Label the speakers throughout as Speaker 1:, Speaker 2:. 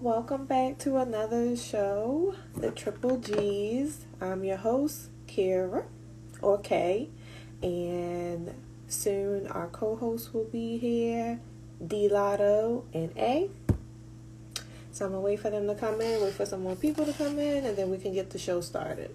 Speaker 1: welcome back to another show, the Triple G's. I'm your host, Kira, or Kay, and soon our co hosts will be here, D Lotto and A. So I'm gonna wait for them to come in, wait for some more people to come in, and then we can get the show started.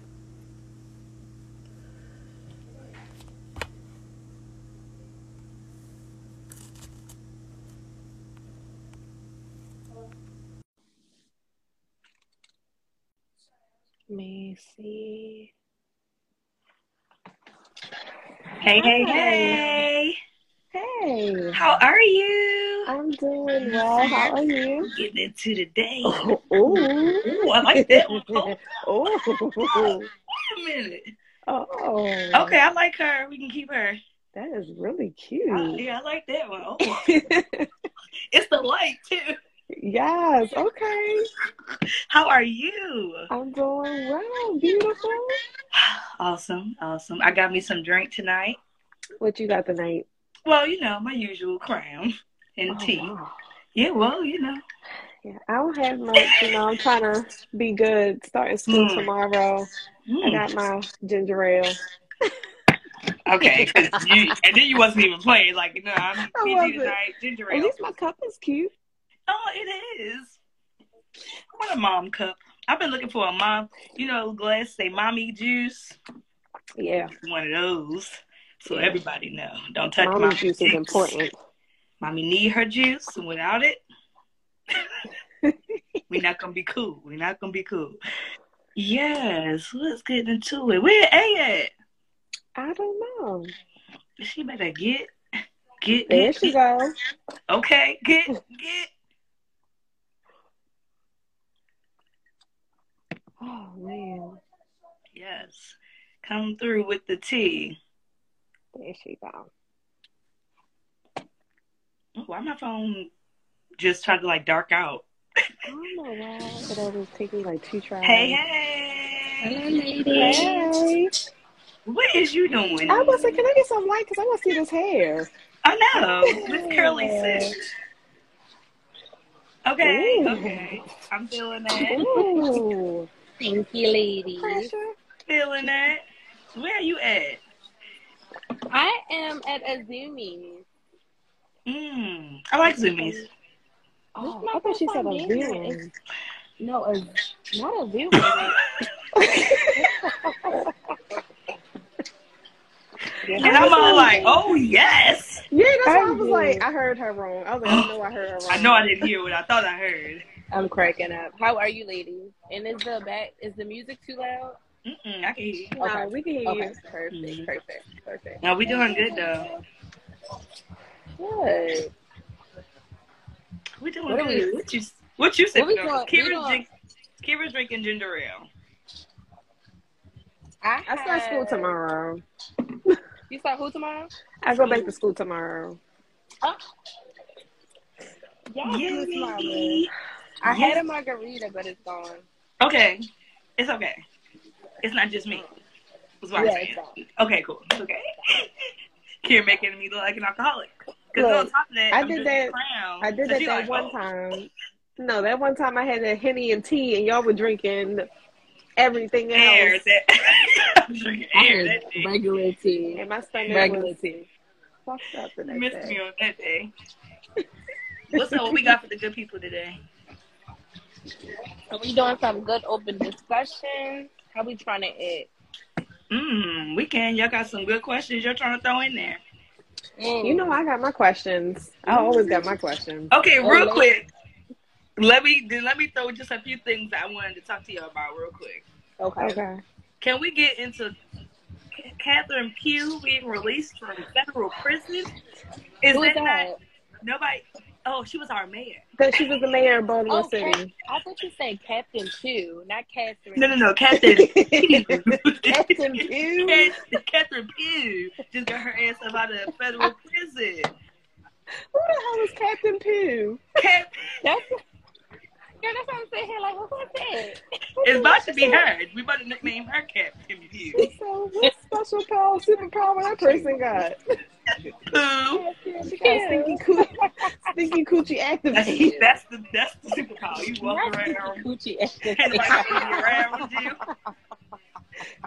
Speaker 1: Let me see.
Speaker 2: Hey, hey,
Speaker 1: Hi.
Speaker 2: hey.
Speaker 1: Hey, Uh-huh.
Speaker 2: How are you?
Speaker 1: I'm doing well. How are you?
Speaker 2: Getting into the day.
Speaker 1: Oh, oh,
Speaker 2: Ooh, I like that one. Oh, wait
Speaker 1: oh,
Speaker 2: a minute.
Speaker 1: oh.
Speaker 2: Okay, I like her. We can keep her.
Speaker 1: That is really
Speaker 2: I-
Speaker 1: cute.
Speaker 2: yeah, I like that one. Oh, it's the light, too.
Speaker 1: yes. Okay.
Speaker 2: How are you?
Speaker 1: I'm doing well. Beautiful.
Speaker 2: Awesome, awesome. I got me some drink tonight.
Speaker 1: What you got tonight?
Speaker 2: Well, you know, my usual crown and
Speaker 1: Oh,
Speaker 2: tea.
Speaker 1: wow.
Speaker 2: Yeah, well, you know.
Speaker 1: Yeah, I don't have much. You know, I'm trying to be good. Starting school
Speaker 2: Mm.
Speaker 1: tomorrow. I
Speaker 2: Mm.
Speaker 1: got my ginger ale.
Speaker 2: Okay, 'cause you, and then you wasn't even playing. Like, no, I'm
Speaker 1: I
Speaker 2: busy
Speaker 1: wasn't.
Speaker 2: tonight. Ginger
Speaker 1: At
Speaker 2: ale.
Speaker 1: least my cup is cute.
Speaker 2: Oh, it is. I want a mom cup. I've been looking for a mom, you know, glass say mommy juice.
Speaker 1: Yeah,
Speaker 2: One of those. So
Speaker 1: Yeah.
Speaker 2: everybody know. Don't touch
Speaker 1: mommy juice is
Speaker 2: juice.
Speaker 1: important.
Speaker 2: Mommy need her juice and without it. We're not gonna be cool. We're not gonna be cool. Yes, let's get into it. Where A at?
Speaker 1: I don't know.
Speaker 2: She better get get
Speaker 1: There
Speaker 2: get,
Speaker 1: she
Speaker 2: get.
Speaker 1: goes.
Speaker 2: okay, get get
Speaker 1: Oh man,
Speaker 2: yes. Come through with the tea.
Speaker 1: there she goes.
Speaker 2: Oh, Why my phone just tried to like dark out?
Speaker 1: I don't know why it always takes me like two tries.
Speaker 2: Hey, hey.
Speaker 3: Hello, ladies.
Speaker 1: Hey.
Speaker 2: What is you doing?
Speaker 1: I was like, can I get some light? Cause I want to see this hair.
Speaker 2: I know. This curly
Speaker 1: Yeah.
Speaker 2: suit. Okay,
Speaker 1: Ooh.
Speaker 2: okay. I'm feeling that.
Speaker 1: Ooh,
Speaker 3: Thank you, ladies.
Speaker 1: pressure.
Speaker 2: Feeling that. Where are you at?
Speaker 3: I am at Azumi.
Speaker 2: Mm. I like zoomies.
Speaker 1: Oh,
Speaker 3: This
Speaker 1: I thought she said a
Speaker 3: microphone is-
Speaker 1: villain.
Speaker 3: No, a, not a Azumi. like,
Speaker 1: Yeah,
Speaker 2: And I'm all like, oh, yes.
Speaker 4: Yeah, that's why I
Speaker 1: Thank
Speaker 4: was
Speaker 1: you.
Speaker 4: like, I heard her wrong. I was like, I know I heard her wrong.
Speaker 2: I know I didn't hear what I thought I heard.
Speaker 3: I'm cracking up. How are you, ladies? And is the back is the music too loud?
Speaker 2: Mm-mm, I can hear you.
Speaker 4: No,
Speaker 3: Okay.
Speaker 4: we can hear
Speaker 3: Okay,
Speaker 4: you.
Speaker 3: perfect,
Speaker 2: Mhm.
Speaker 3: perfect, perfect.
Speaker 2: No, we doing good, though.
Speaker 3: Good.
Speaker 2: we doing
Speaker 3: What are
Speaker 2: good.
Speaker 3: we-
Speaker 2: what you, what you
Speaker 3: What we
Speaker 2: sipping on?
Speaker 3: doing- we
Speaker 2: Kira's,
Speaker 3: doing-
Speaker 2: drink, Kira's drinking ginger ale.
Speaker 3: I,
Speaker 4: I start school
Speaker 3: had-
Speaker 4: tomorrow.
Speaker 3: You start who tomorrow?
Speaker 4: I go back to school tomorrow. Oh,
Speaker 3: Yeah, good tomorrow.
Speaker 2: Yay.
Speaker 3: I had a margarita, but it's gone.
Speaker 2: Okay. It's okay. It's not just me. That's what I'm
Speaker 3: Yeah,
Speaker 2: saying.
Speaker 3: it's gone.
Speaker 2: Okay, cool. Okay. You're making me look like an alcoholic. Because on
Speaker 4: Look,
Speaker 2: top of that,
Speaker 4: I
Speaker 2: I'm
Speaker 4: did
Speaker 2: drinking
Speaker 4: that-
Speaker 2: Crown.
Speaker 4: I did
Speaker 2: So
Speaker 4: that
Speaker 2: she
Speaker 4: that
Speaker 2: like,
Speaker 4: one
Speaker 2: oh.
Speaker 4: time. No, that one time I had that henny and tea, and y'all were drinking everything else,
Speaker 2: Air that. I'm drinking
Speaker 3: I
Speaker 2: air
Speaker 3: had
Speaker 2: that day.
Speaker 3: regular tea.
Speaker 4: and my stomach
Speaker 3: Regular
Speaker 4: was
Speaker 3: tea.
Speaker 4: fucked up the
Speaker 2: You
Speaker 4: next
Speaker 2: missed
Speaker 4: day.
Speaker 2: me on that day. What's up? What we got for the good people today?
Speaker 3: Are we doing some good open discussion? How we trying to act?
Speaker 2: Mmm, weekend. Y'all got some good questions you're trying to throw in there.
Speaker 3: Mm.
Speaker 4: You know, I got my questions. I
Speaker 2: Oh.
Speaker 4: always got my questions.
Speaker 2: Okay,
Speaker 3: Oh,
Speaker 2: real
Speaker 3: Lord.
Speaker 2: quick. Let me then let me throw just a few things I wanted to talk to y'all about real quick.
Speaker 3: okay.
Speaker 4: Okay.
Speaker 2: Can we get into C- Catherine Pugh being released from federal prison? Is
Speaker 3: Who is
Speaker 2: that,
Speaker 3: that?
Speaker 2: not nobody? Oh, she was our mayor.
Speaker 4: That she was the mayor of Baltimore
Speaker 3: Oh,
Speaker 4: City.
Speaker 3: I thought you said Captain Q, not Catherine.
Speaker 2: No, no, no, Catherine.
Speaker 4: Captain
Speaker 2: Catherine,
Speaker 4: Pugh.
Speaker 2: Catherine Pugh just got her ass up out of federal prison.
Speaker 4: Who the hell is Captain Pugh?
Speaker 2: Cat,
Speaker 3: That's, girl, that's what I'm saying here. Like, who was that?
Speaker 2: it's about to be her. We about to nickname her Captain Pugh.
Speaker 4: So, what special power, superpower that person got?
Speaker 2: Pooh.
Speaker 4: She got a stinky, coo- Stinky coochie
Speaker 2: That's,
Speaker 4: activated.
Speaker 2: that's the that's the superpower. You walk
Speaker 3: Not the
Speaker 2: around,
Speaker 3: coochie
Speaker 2: and
Speaker 3: activated.
Speaker 2: like around with you.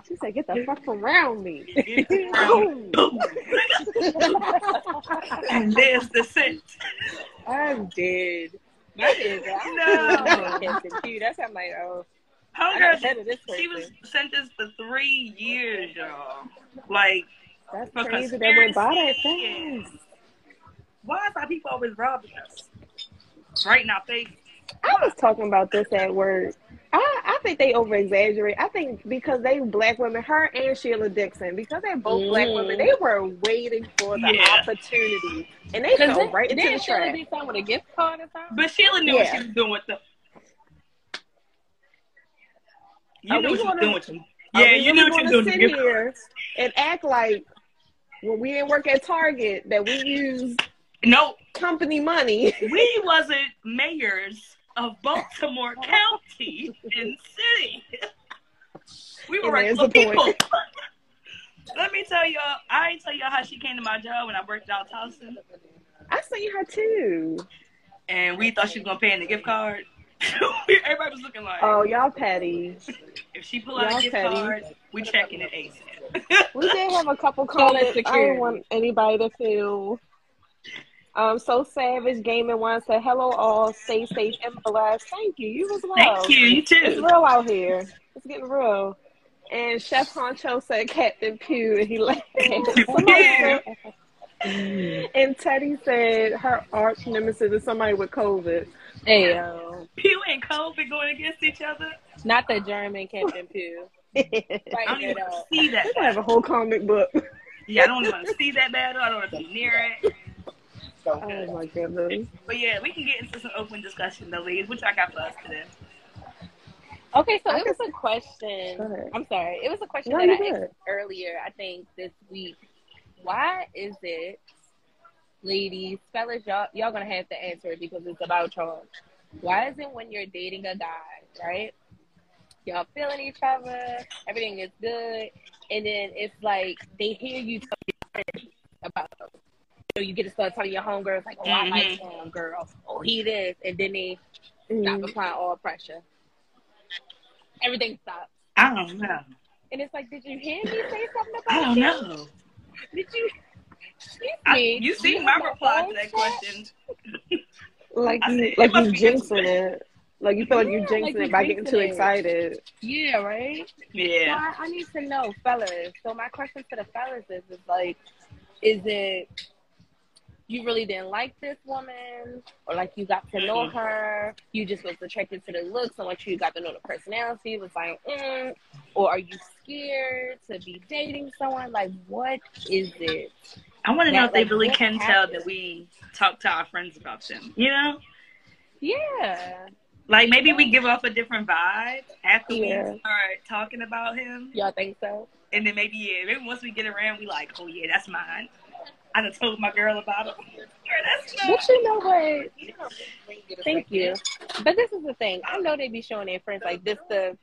Speaker 4: She said, "Get the fuck around me."
Speaker 2: You get around,
Speaker 4: Boom.
Speaker 2: boom, and there's the scent.
Speaker 3: I'm dead. My kids, I don't
Speaker 2: No.
Speaker 3: know. Kids are cute. That's how I'm like, oh, I got
Speaker 2: Homegirl,
Speaker 3: ahead of this person.
Speaker 2: she was sentenced to three years, y'all. Like
Speaker 4: That's
Speaker 2: for
Speaker 4: crazy.
Speaker 2: conspiracy.
Speaker 4: That went by that
Speaker 2: and-
Speaker 4: fast.
Speaker 2: Why is our people always robbing us? Right in our face.
Speaker 4: I was talking about this at work. I, I think they over exaggerate. I think because they black women, her and Sheila Dixon, because they're both black
Speaker 3: Mm.
Speaker 4: women, they were waiting for the
Speaker 2: Yeah.
Speaker 4: opportunity. And they
Speaker 3: Because
Speaker 4: fell
Speaker 3: then,
Speaker 4: right into
Speaker 3: then
Speaker 4: the
Speaker 3: Shirley
Speaker 4: trap.
Speaker 3: be found with a gift card or something.
Speaker 2: But Sheila knew what
Speaker 4: Yeah.
Speaker 2: she was doing with them. You
Speaker 4: Are
Speaker 2: knew what you
Speaker 4: we
Speaker 2: were
Speaker 4: gonna-
Speaker 2: doing with them.
Speaker 4: Are
Speaker 2: Yeah,
Speaker 4: we
Speaker 2: you
Speaker 4: really
Speaker 2: knew what you
Speaker 4: gonna
Speaker 2: were doing with
Speaker 4: sit
Speaker 2: them.
Speaker 4: here and act like when we didn't work at Target that we used
Speaker 2: No,
Speaker 4: company money.
Speaker 2: we wasn't mayors of Baltimore County and city. We were
Speaker 4: And there's
Speaker 2: regular
Speaker 4: the point.
Speaker 2: people. Let me tell y'all, I ain't tell y'all how she came to my job when I worked out Towson,
Speaker 4: I seen her too.
Speaker 2: and we thought she was gonna pay in the gift card. Everybody was looking like,
Speaker 4: Oh, y'all petty.
Speaker 2: if she pull out
Speaker 4: y'all
Speaker 2: a gift
Speaker 4: petty. Oh.
Speaker 2: card, we checking it ASAP.
Speaker 4: We did have a couple
Speaker 3: Call it
Speaker 4: comments. I
Speaker 3: security.
Speaker 4: don't want anybody to feel. Um, so savage gaming one said, "Hello all, stay safe and blessed." Thank you. You as well.
Speaker 2: Thank you, you
Speaker 4: It's
Speaker 2: too.
Speaker 4: real out here. It's getting real. And Chef Honcho said Captain Pew, and he laughed. Somebody
Speaker 2: Yeah.
Speaker 4: said- and Teddy said her arch nemesis is somebody with COVID.
Speaker 3: Hey, yo.
Speaker 2: Pew and COVID going against each other.
Speaker 3: Not the German Captain Pew.
Speaker 4: We're
Speaker 2: I don't
Speaker 3: Fighting
Speaker 2: even
Speaker 3: it
Speaker 2: want
Speaker 3: out.
Speaker 2: to see that.
Speaker 4: gonna have a whole comic book.
Speaker 2: Yeah, I don't even want to see that battle. I don't want to be near it.
Speaker 4: Oh my goodness.
Speaker 2: But yeah, we can get into some open discussion though, ladies. What y'all got for us today?
Speaker 3: Okay, so
Speaker 4: I
Speaker 3: it was a question.
Speaker 4: Go ahead.
Speaker 3: I'm sorry. It was a question
Speaker 4: No,
Speaker 3: that
Speaker 4: you
Speaker 3: I
Speaker 4: good.
Speaker 3: asked earlier, I think, this week. Why is it, ladies, fellas, y'all, y'all gonna have to answer it because it's about y'all. Why is it when you're dating a guy, right? Y'all feeling each other, everything is good, and then it's like they hear you tell your friends about them. So you get to start telling your homegirls like, "Oh, I like him, girl. Oh, he this," and then they
Speaker 4: Mm-hmm.
Speaker 3: stop applying all pressure. Everything stops.
Speaker 2: I don't know.
Speaker 3: And it's like, did you hear me say something about
Speaker 2: I don't
Speaker 3: you?
Speaker 2: know.
Speaker 3: Did you? Excuse
Speaker 2: I,
Speaker 3: me.
Speaker 2: you
Speaker 3: did
Speaker 2: see
Speaker 3: hear
Speaker 2: my
Speaker 3: about
Speaker 2: reply to
Speaker 3: all
Speaker 2: that question.
Speaker 4: Like
Speaker 2: I
Speaker 4: you,
Speaker 2: said,
Speaker 4: like
Speaker 2: it must
Speaker 4: you
Speaker 2: be
Speaker 4: jinxing it. Like you feel like you
Speaker 3: Yeah,
Speaker 4: jinxing
Speaker 3: like you
Speaker 4: it by getting
Speaker 3: jinxing
Speaker 4: too
Speaker 3: it.
Speaker 4: excited.
Speaker 3: Yeah, right. So
Speaker 2: Yeah.
Speaker 3: I, I need to know, fellas. So my question to the fellas is, is like, is it you really didn't like this woman, or like you got to know
Speaker 2: Mhm.
Speaker 3: her, you just was attracted to the looks, and once you got to know the personality, it was like, mm, or are you scared to be dating someone? Like, what is it?
Speaker 2: I want to know
Speaker 3: Like,
Speaker 2: if they
Speaker 3: like,
Speaker 2: really
Speaker 3: what
Speaker 2: can tell
Speaker 3: happened?
Speaker 2: that we talk to our friends about them. You know,
Speaker 3: Yeah.
Speaker 2: like maybe we give off a different vibe after
Speaker 4: Yeah.
Speaker 2: we start talking about him,
Speaker 3: Y'all think so?
Speaker 2: and then maybe yeah, maybe once we get around, we like, oh yeah, that's mine. I done told my girl about it. Girl, that's mine.
Speaker 3: But you know what? Thank you. But this is the thing. I know they be showing their friends like this the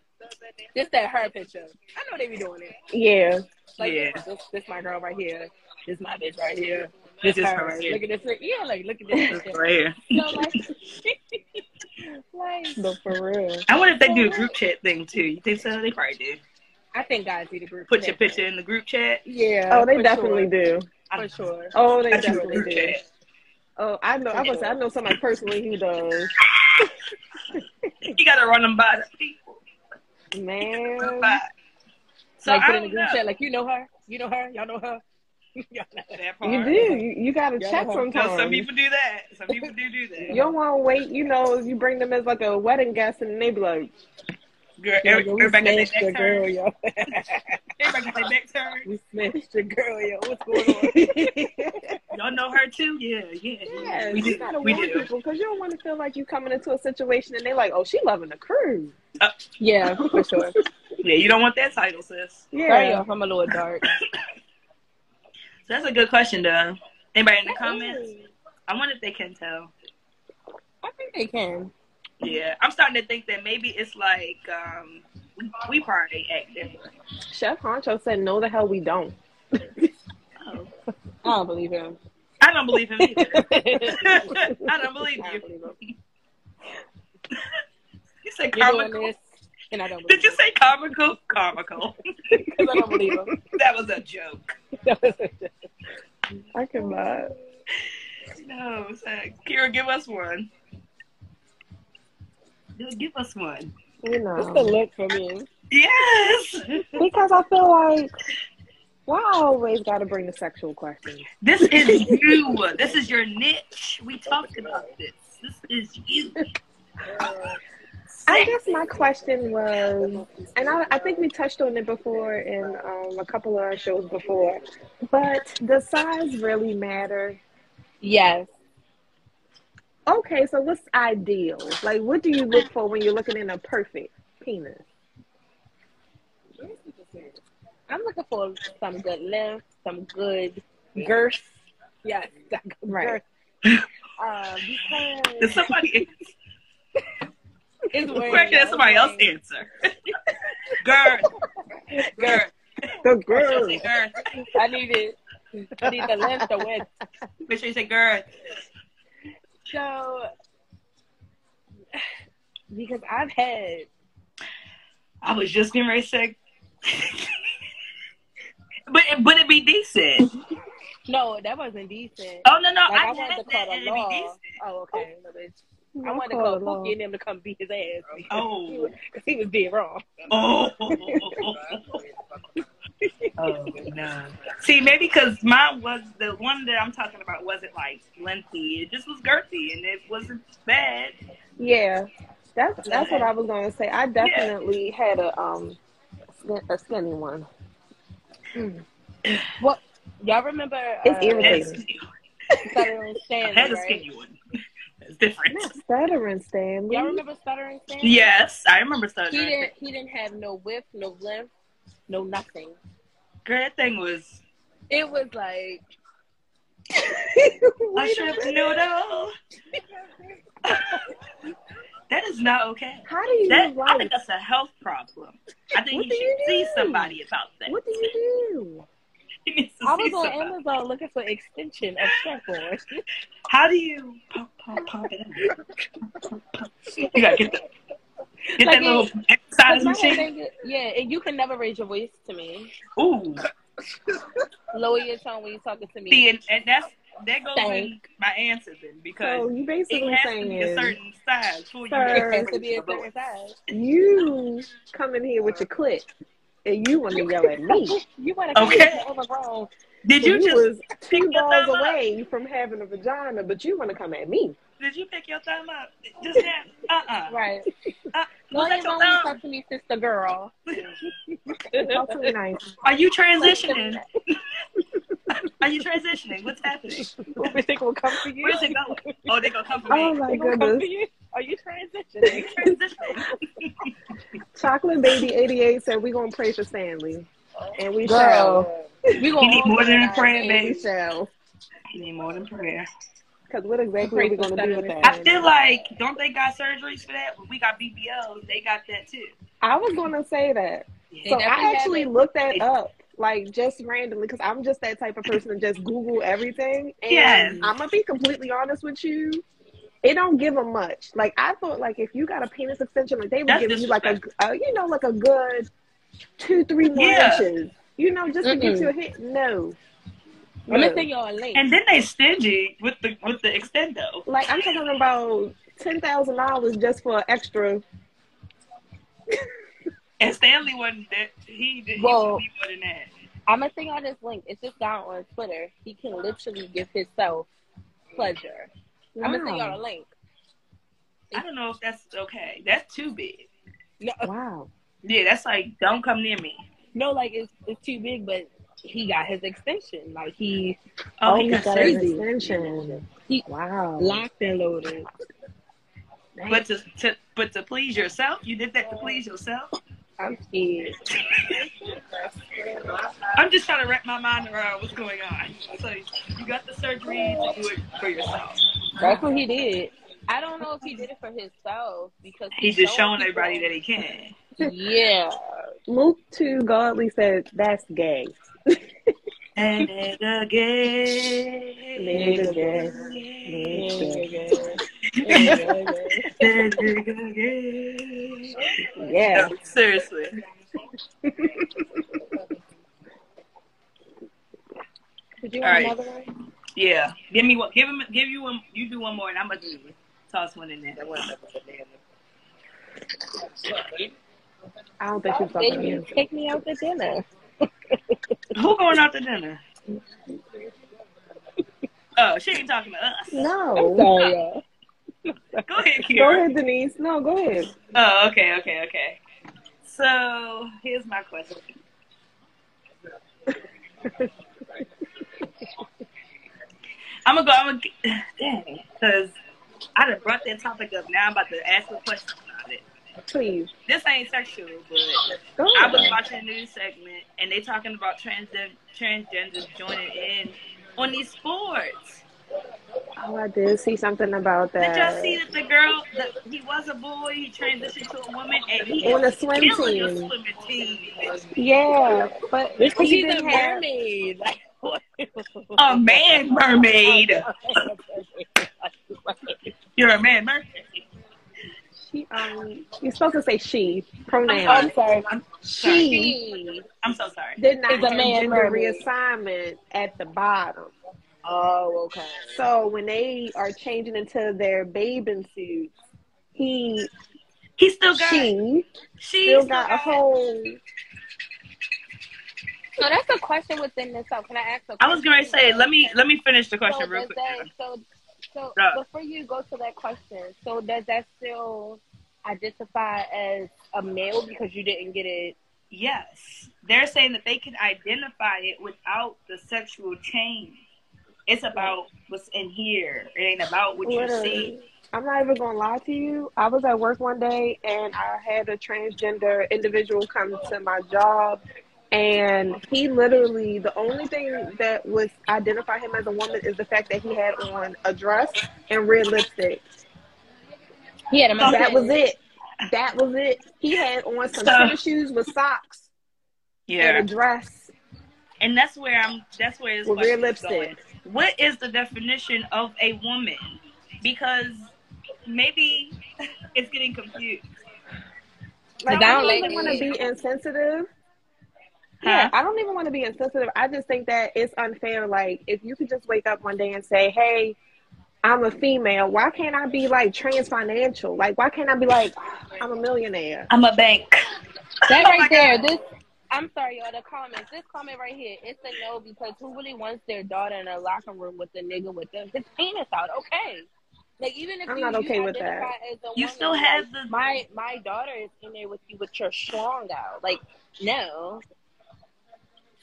Speaker 3: this that her picture. I know they be doing it.
Speaker 4: Yeah.
Speaker 3: Like
Speaker 2: Yeah.
Speaker 3: this, this my girl right here. This my bitch right here.
Speaker 2: This is
Speaker 3: her.
Speaker 2: her right here.
Speaker 3: Look at this. look- Yeah, like look at this. picture.
Speaker 2: Right here.
Speaker 3: so like, like
Speaker 4: But for real.
Speaker 2: I wonder if they do a group chat thing too. You think so? They probably do.
Speaker 3: I think guys need a group.
Speaker 2: Put your
Speaker 3: chat.
Speaker 2: picture in the group chat.
Speaker 3: Yeah.
Speaker 4: Oh, they
Speaker 3: for
Speaker 4: definitely
Speaker 3: sure.
Speaker 4: do.
Speaker 3: For sure.
Speaker 4: Oh, they
Speaker 2: I do a
Speaker 4: definitely
Speaker 2: group
Speaker 4: do.
Speaker 2: chat.
Speaker 4: Oh, I know. I was gonna say I know somebody personally who does.
Speaker 2: You gotta run them by the people.
Speaker 4: Man,
Speaker 2: By. So
Speaker 3: like
Speaker 2: I
Speaker 3: put in the
Speaker 2: don't
Speaker 3: group
Speaker 2: know.
Speaker 3: chat. Like you know her. You know her. Y'all know her. Y'all know her.
Speaker 2: That part.
Speaker 4: you do. You, you gotta
Speaker 3: Yeah,
Speaker 4: check
Speaker 3: I
Speaker 2: No,
Speaker 3: know.
Speaker 2: some
Speaker 4: sometimes. You
Speaker 2: people do that. Some people do do that.
Speaker 4: don't want to wait. You know, you bring them as like a wedding guest, and they be like,
Speaker 2: Girl,
Speaker 3: Yeah,
Speaker 2: every,
Speaker 3: yo,
Speaker 2: everybody got
Speaker 3: smashed
Speaker 2: their
Speaker 3: your
Speaker 2: back turn.
Speaker 3: girl, yo.
Speaker 2: Everybody got their back turn.
Speaker 3: We smashed your girl, yo. What's going on?
Speaker 2: Y'all know her too? Yeah, yeah.
Speaker 4: "Yeah,
Speaker 2: we
Speaker 4: you
Speaker 2: do.
Speaker 4: gotta
Speaker 2: We
Speaker 4: warn
Speaker 2: do.
Speaker 4: people because you don't want to feel like you coming into a situation and they like, oh, she loving the crew.
Speaker 3: Yeah, for sure.
Speaker 2: Yeah, you don't want that title, sis.
Speaker 4: Yeah,
Speaker 3: Sorry, yo, I'm a little dark.
Speaker 2: So that's a good question, though. Anybody in the comments? I wonder if they can tell.
Speaker 3: I think they can.
Speaker 2: Yeah, I'm starting to think that maybe it's like um, we, we probably act different.
Speaker 4: Chef Honcho said, no, the hell we don't.
Speaker 2: Oh.
Speaker 3: I don't believe him.
Speaker 2: I don't believe him either. I don't believe
Speaker 3: I
Speaker 2: you.
Speaker 3: don't believe him.
Speaker 2: You said
Speaker 3: You're doing
Speaker 2: comical.
Speaker 3: this, and I don't believe
Speaker 2: Did you say comical? Comical.
Speaker 3: Because I don't believe him.
Speaker 2: That was a joke.
Speaker 4: I cannot.
Speaker 2: No, so, Kira, give us one. Dude, Give us one.
Speaker 4: You
Speaker 3: What's the
Speaker 4: know,
Speaker 3: look for me?
Speaker 2: Yes,
Speaker 4: because I feel like why I always got to bring the sexual question.
Speaker 2: this is you. This is your niche. We talked about this. This is you.
Speaker 4: I guess my question was, and I, I think we touched on it before in um, a couple of our shows before, but does size really matter?
Speaker 3: Yes.
Speaker 4: Okay, so what's ideal? Like, what do you look for when you're looking in a perfect penis?
Speaker 3: I'm looking for some good length, some good girth. Yes, Um, that good
Speaker 4: Right.
Speaker 3: girth. Um,
Speaker 2: Did
Speaker 3: because
Speaker 2: somebody?
Speaker 3: it's weird,
Speaker 2: Where can
Speaker 3: y'all.
Speaker 2: somebody else answer? Girl, girl,
Speaker 4: The
Speaker 2: make sure
Speaker 4: girl.
Speaker 2: you say girl.
Speaker 3: I need it. I need the length, the width.
Speaker 2: Make sure you say girl.
Speaker 3: So, because I've had
Speaker 2: I was just getting ready to say. but it, but it be decent.
Speaker 3: no, that wasn't decent.
Speaker 2: Oh no no,
Speaker 3: like I,
Speaker 2: I,
Speaker 3: wanted
Speaker 2: had
Speaker 3: to
Speaker 2: that
Speaker 3: call
Speaker 2: and
Speaker 3: the
Speaker 2: it be
Speaker 3: law.
Speaker 2: decent.
Speaker 3: Oh, okay. no, bitch. I
Speaker 4: Oh,
Speaker 3: wanted to call
Speaker 4: Lord.
Speaker 3: Pookie and them to come beat his ass. because he
Speaker 2: Oh
Speaker 3: was, 'cause he was being wrong.
Speaker 2: oh. oh no. See, maybe because mine was the one that I'm talking about wasn't like lengthy. It just was girthy, and it wasn't bad.
Speaker 4: Yeah, that's that's what I was gonna say. I definitely had a um skin- a skinny one.
Speaker 3: What y'all remember?
Speaker 4: It's
Speaker 2: That's,
Speaker 4: irritating.
Speaker 3: Stuttering
Speaker 2: I
Speaker 3: Stanley,
Speaker 2: had a
Speaker 3: right?
Speaker 2: skinny one. It's different.
Speaker 4: Not stuttering, Stanley.
Speaker 3: Y'all remember Stuttering Stanley?
Speaker 2: Yes, I remember
Speaker 3: He
Speaker 2: stuttering.
Speaker 3: didn't. He didn't have no width, no length, no nothing.
Speaker 2: Girl, that thing was.
Speaker 3: It was like
Speaker 2: I should have noodle. that is not okay.
Speaker 4: How do you
Speaker 2: That,
Speaker 4: live
Speaker 2: I
Speaker 4: life?
Speaker 2: think that's a health problem. I think
Speaker 4: What
Speaker 2: he
Speaker 4: do you
Speaker 2: should see
Speaker 4: do?
Speaker 2: somebody about that.
Speaker 4: What do you
Speaker 2: He needs to
Speaker 3: I
Speaker 2: see
Speaker 3: was on
Speaker 2: somebody.
Speaker 3: Amazon looking for extension of strap-on.
Speaker 2: How do you pump, pump, pump it out? you gotta get that, get
Speaker 3: Like
Speaker 2: that
Speaker 3: it-
Speaker 2: little
Speaker 3: But
Speaker 2: exercise
Speaker 3: my whole
Speaker 2: machine.
Speaker 3: thing is- Yeah, and you can never raise your voice to me.
Speaker 2: Ooh,
Speaker 3: Lower your tone when you're talking to
Speaker 2: see,
Speaker 3: me.
Speaker 2: and, and that's that goes in
Speaker 3: Thank.
Speaker 2: my answer then
Speaker 4: do? So
Speaker 2: because
Speaker 4: you
Speaker 2: it
Speaker 4: basically
Speaker 2: has to be a
Speaker 4: Oh, saying
Speaker 2: certain size for you.
Speaker 4: Sir.
Speaker 3: It
Speaker 2: to
Speaker 3: has to be a
Speaker 2: raise your
Speaker 3: certain
Speaker 2: voice.
Speaker 3: size.
Speaker 4: you come in here with your clip and you want to yell at me.
Speaker 3: You want to
Speaker 2: Okay.
Speaker 3: okay. overgrown.
Speaker 2: Did you
Speaker 4: And
Speaker 2: just
Speaker 4: was
Speaker 2: pick
Speaker 4: two
Speaker 2: your
Speaker 4: balls
Speaker 2: thumb up?
Speaker 4: away from having a vagina, but you want to come at me.
Speaker 2: Did you pick your thumb up just now? Uh uh
Speaker 3: Right.
Speaker 2: Uh,
Speaker 3: No,
Speaker 2: was that
Speaker 3: you
Speaker 2: your
Speaker 3: only
Speaker 2: thumb?
Speaker 3: talk to me, sister girl.
Speaker 4: Talk to me nice.
Speaker 2: Are you transitioning? Are you transitioning? What's happening?
Speaker 3: We think will come for you.
Speaker 2: Where's it going? Oh, they gonna come for me.
Speaker 4: Oh my
Speaker 3: They gonna come for
Speaker 4: goodness.
Speaker 3: you. Are you transitioning?
Speaker 2: They transitioning.
Speaker 4: Chocolate Baby 88 said we're going to pray for Stanley. And we shall.
Speaker 3: Girl, we gonna
Speaker 2: You need
Speaker 3: all
Speaker 2: more than a
Speaker 3: organize
Speaker 2: prayer,
Speaker 3: and
Speaker 2: baby.
Speaker 4: We shall.
Speaker 2: You need more than prayer.
Speaker 4: Because what exactly
Speaker 3: Pray
Speaker 4: are we
Speaker 3: for
Speaker 4: going to do with
Speaker 3: Stanley.
Speaker 4: that?
Speaker 2: I feel like don't they got surgeries for that? When we got BBLs, they got that too.
Speaker 4: I was going to say that.
Speaker 3: They
Speaker 4: So
Speaker 3: definitely
Speaker 4: I
Speaker 3: have
Speaker 4: actually
Speaker 3: it.
Speaker 4: looked that
Speaker 2: They-
Speaker 4: up, like just randomly, because I'm just that type of person to just Google everything. And
Speaker 2: Yes.
Speaker 4: I'm gonna be completely honest with you. It don't give them much. Like I thought, like if you got a penis extension, like they would
Speaker 2: That's
Speaker 4: give you like a, a, you know, like a good two, three more
Speaker 2: Yeah.
Speaker 4: inches. You know, just to get
Speaker 3: Mm-mm.
Speaker 4: you a hit. No. No.
Speaker 3: I'm gonna send y'all a link.
Speaker 2: And then they stingy with the with the extendo.
Speaker 4: Like I'm talking about ten thousand dollars just for extra.
Speaker 2: And Stanley wasn't that he did he
Speaker 3: Well-
Speaker 2: would be more than that.
Speaker 3: I'm gonna send y'all this link. It's just down on Twitter. He can literally give himself pleasure. I'm gonna send y'all
Speaker 4: Wow.
Speaker 3: a link.
Speaker 2: I don't know if that's okay. That's too big.
Speaker 3: No,
Speaker 4: wow.
Speaker 2: Yeah, that's like don't come near me.
Speaker 3: no, like it's it's too big, but he got his extension. Like he
Speaker 2: Oh,
Speaker 4: Oh,
Speaker 2: he
Speaker 4: you
Speaker 2: got
Speaker 4: got an
Speaker 2: surgery.
Speaker 3: surgery.
Speaker 4: extension.
Speaker 3: He-
Speaker 4: Wow.
Speaker 3: locked and loaded.
Speaker 2: But to, to but to please yourself, you did that to please yourself.
Speaker 3: I'm scared.
Speaker 2: I'm just trying to wrap my mind around what's going on. So you got the surgery to do it for yourself.
Speaker 3: That's what he did. I don't know if he did it for himself because
Speaker 2: He's just showing everybody that he can.
Speaker 3: that. Yeah.
Speaker 4: Luke to Godly said that's gay.
Speaker 2: And it again.
Speaker 4: Nigga gay.
Speaker 3: Nigga
Speaker 4: Nigga
Speaker 3: gay.
Speaker 4: gay.
Speaker 2: And it again.
Speaker 4: Yeah.
Speaker 2: No, seriously.
Speaker 3: Did you
Speaker 2: All right.
Speaker 3: want another one?
Speaker 2: Yeah. Give me one. Give him. Give you one. You do one more, and I'm gonna do toss one in there.
Speaker 4: I don't think she's talking to
Speaker 3: Did
Speaker 4: me.
Speaker 3: you take me out to dinner?
Speaker 2: Who going out to dinner? Oh, she ain't talking to us.
Speaker 4: No.
Speaker 3: I'm sorry, y'all.
Speaker 2: Go ahead,
Speaker 4: Go
Speaker 2: Kira.
Speaker 4: ahead, Denise. No, go ahead.
Speaker 2: Oh, okay, okay, okay. So here's my question. I'm gonna go. I'm gonna dang, because I done brought that topic up. Now I'm about to ask a question about it.
Speaker 4: Please.
Speaker 2: This ain't sexual, but
Speaker 4: Go
Speaker 2: I was
Speaker 4: ahead.
Speaker 2: watching a news segment and they talking about transgen- transgenders joining in on these sports.
Speaker 4: Oh, I did see something about that.
Speaker 2: Did y'all see that the girl, the, he was a boy, he transitioned to a woman, and he
Speaker 4: On
Speaker 2: is
Speaker 4: the swim
Speaker 2: killing the
Speaker 4: team.
Speaker 2: swimming team.
Speaker 4: Yeah, but
Speaker 3: This
Speaker 4: he
Speaker 3: she's a
Speaker 4: didn't have-
Speaker 3: mermaid. Like, what?
Speaker 2: A man mermaid. You're a man mermaid.
Speaker 4: She, um, you're supposed to say she pronoun.
Speaker 2: Oh, I'm
Speaker 3: I'm sorry.
Speaker 4: She
Speaker 3: She.
Speaker 2: I'm so sorry.
Speaker 4: did not
Speaker 3: Is a
Speaker 4: have
Speaker 3: man
Speaker 4: gender
Speaker 3: mermaid.
Speaker 4: reassignment at the bottom.
Speaker 3: Oh, okay.
Speaker 4: So when they are changing into their bathing suits, he
Speaker 2: He still got. She,
Speaker 4: she
Speaker 2: still,
Speaker 4: still got a whole.
Speaker 3: So that's a question within itself. Can I ask a question?
Speaker 2: I was gonna say, let me let me finish the
Speaker 4: Oh,
Speaker 2: question
Speaker 3: so
Speaker 2: real
Speaker 3: does
Speaker 2: quick.
Speaker 3: That, so, so
Speaker 2: Yeah.
Speaker 3: before you go to that question, so does that still identify as a male because you didn't get it?
Speaker 2: Yes, they're saying that they can identify it without the sexual change. It's about what's in here. It ain't about what you see.
Speaker 4: Literally. I'm not even gonna lie to you. I was at work one day and I had a transgender individual come to my job, and he literally the only thing that was identify him as a woman is the fact that he had on a dress and red lipstick.
Speaker 3: He had a
Speaker 2: mouth.
Speaker 4: That was it. That was it. He had on some
Speaker 2: So-
Speaker 4: tennis shoes with socks and a dress.
Speaker 2: and that's where I'm. That's where it's
Speaker 4: With red
Speaker 2: going. What is the definition of a woman? Because maybe it's getting confused.
Speaker 4: Like
Speaker 2: No,
Speaker 4: I
Speaker 2: I
Speaker 4: don't
Speaker 2: don't
Speaker 4: even want to
Speaker 3: like it.
Speaker 4: be insensitive.
Speaker 2: Huh?
Speaker 4: Yeah, I don't even want to be insensitive. I just think that it's unfair. Like, if you could just wake up one day and say, "Hey, I'm a female," why can't I be like trans financial? Like, why can't I be like, I'm a millionaire?
Speaker 2: I'm a bank. Oh
Speaker 3: That
Speaker 2: my
Speaker 3: right there. This. I'm sorry, y'all. The comments. This comment right here. It's a no because who really wants their daughter in a locker room with a nigga with them his penis out? Okay. Like even if
Speaker 4: I'm
Speaker 3: you,
Speaker 4: not okay
Speaker 3: you
Speaker 4: with that.
Speaker 3: identify as a
Speaker 2: You
Speaker 3: woman,
Speaker 2: still have
Speaker 3: like,
Speaker 2: the-
Speaker 3: my my daughter is in there with you with your schlong out. Like no,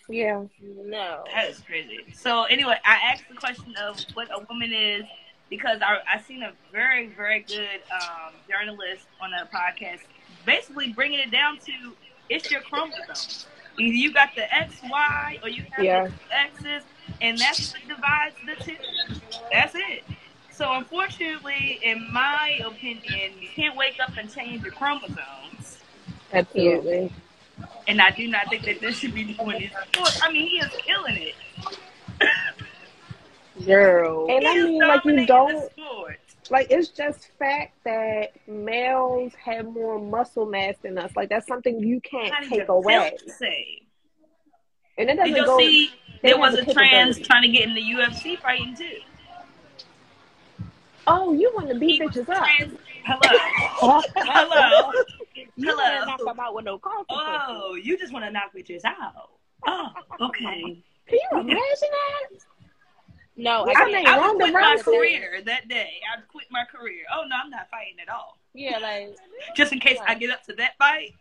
Speaker 4: Yeah,
Speaker 3: no.
Speaker 2: That is crazy. So anyway, I asked the question of what a woman is because I I seen a very very good um, journalist on a podcast, basically bringing it down to it's your chromosomes. Either you got the X Y or you have
Speaker 4: Yeah.
Speaker 2: the two X's, and that's what divides the two. That's it. So unfortunately, in my opinion, you can't wake up and change your chromosomes.
Speaker 3: Absolutely.
Speaker 2: And I do not think that this should be doing this. Well, I mean, he is killing it.
Speaker 3: Girl.
Speaker 4: and I
Speaker 2: He is
Speaker 4: mean, like, you
Speaker 2: dominating
Speaker 4: don't
Speaker 2: the sport.
Speaker 4: like. It's just fact that males have more muscle mass than us. Like, that's something you can't
Speaker 2: Not even
Speaker 4: take away.
Speaker 2: built the same.
Speaker 4: And it
Speaker 2: Did
Speaker 4: doesn't
Speaker 2: you
Speaker 4: go.
Speaker 2: see
Speaker 4: they
Speaker 2: there
Speaker 4: have
Speaker 2: was
Speaker 4: the
Speaker 2: a trans
Speaker 4: capability.
Speaker 2: trying to get in the UFC fighting too?
Speaker 4: Oh, you want to
Speaker 2: He
Speaker 4: beat
Speaker 2: was
Speaker 4: bitches up?
Speaker 2: trans. Hello, hello,
Speaker 3: You better not
Speaker 2: hello.
Speaker 3: come out with no consequences.
Speaker 2: Oh, you just want to knock bitches out? Oh, okay.
Speaker 4: Can you imagine that?
Speaker 3: No,
Speaker 4: I
Speaker 3: I
Speaker 2: I,
Speaker 4: mean,
Speaker 3: can't.
Speaker 2: I would
Speaker 4: Ronda
Speaker 2: quit my
Speaker 4: Rousey-
Speaker 2: career that day. I'd quit my career. Oh no, I'm not fighting at all.
Speaker 3: Yeah, like
Speaker 2: Just in case I get up to that fight.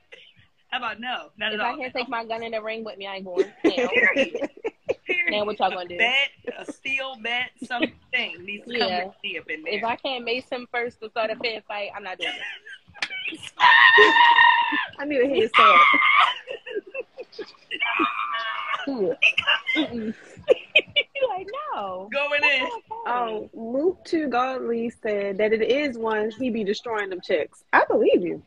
Speaker 2: How about no? Not at
Speaker 3: if
Speaker 2: all.
Speaker 3: I can't take my gun in the ring with me, I ain't going. Now,
Speaker 2: Period.
Speaker 3: now what y'all gonna do?
Speaker 2: A bet, a steel bet, something needs to
Speaker 3: Yeah.
Speaker 2: come with me up in there.
Speaker 3: If I can't mace him first to start a fair fight, I'm not doing it.
Speaker 4: I need to hear you say it.
Speaker 3: Cool. Mm-mm. you like no.
Speaker 2: Going in.
Speaker 4: Oh, Luke to Godly said that it is one he be destroying them chicks. I believe you.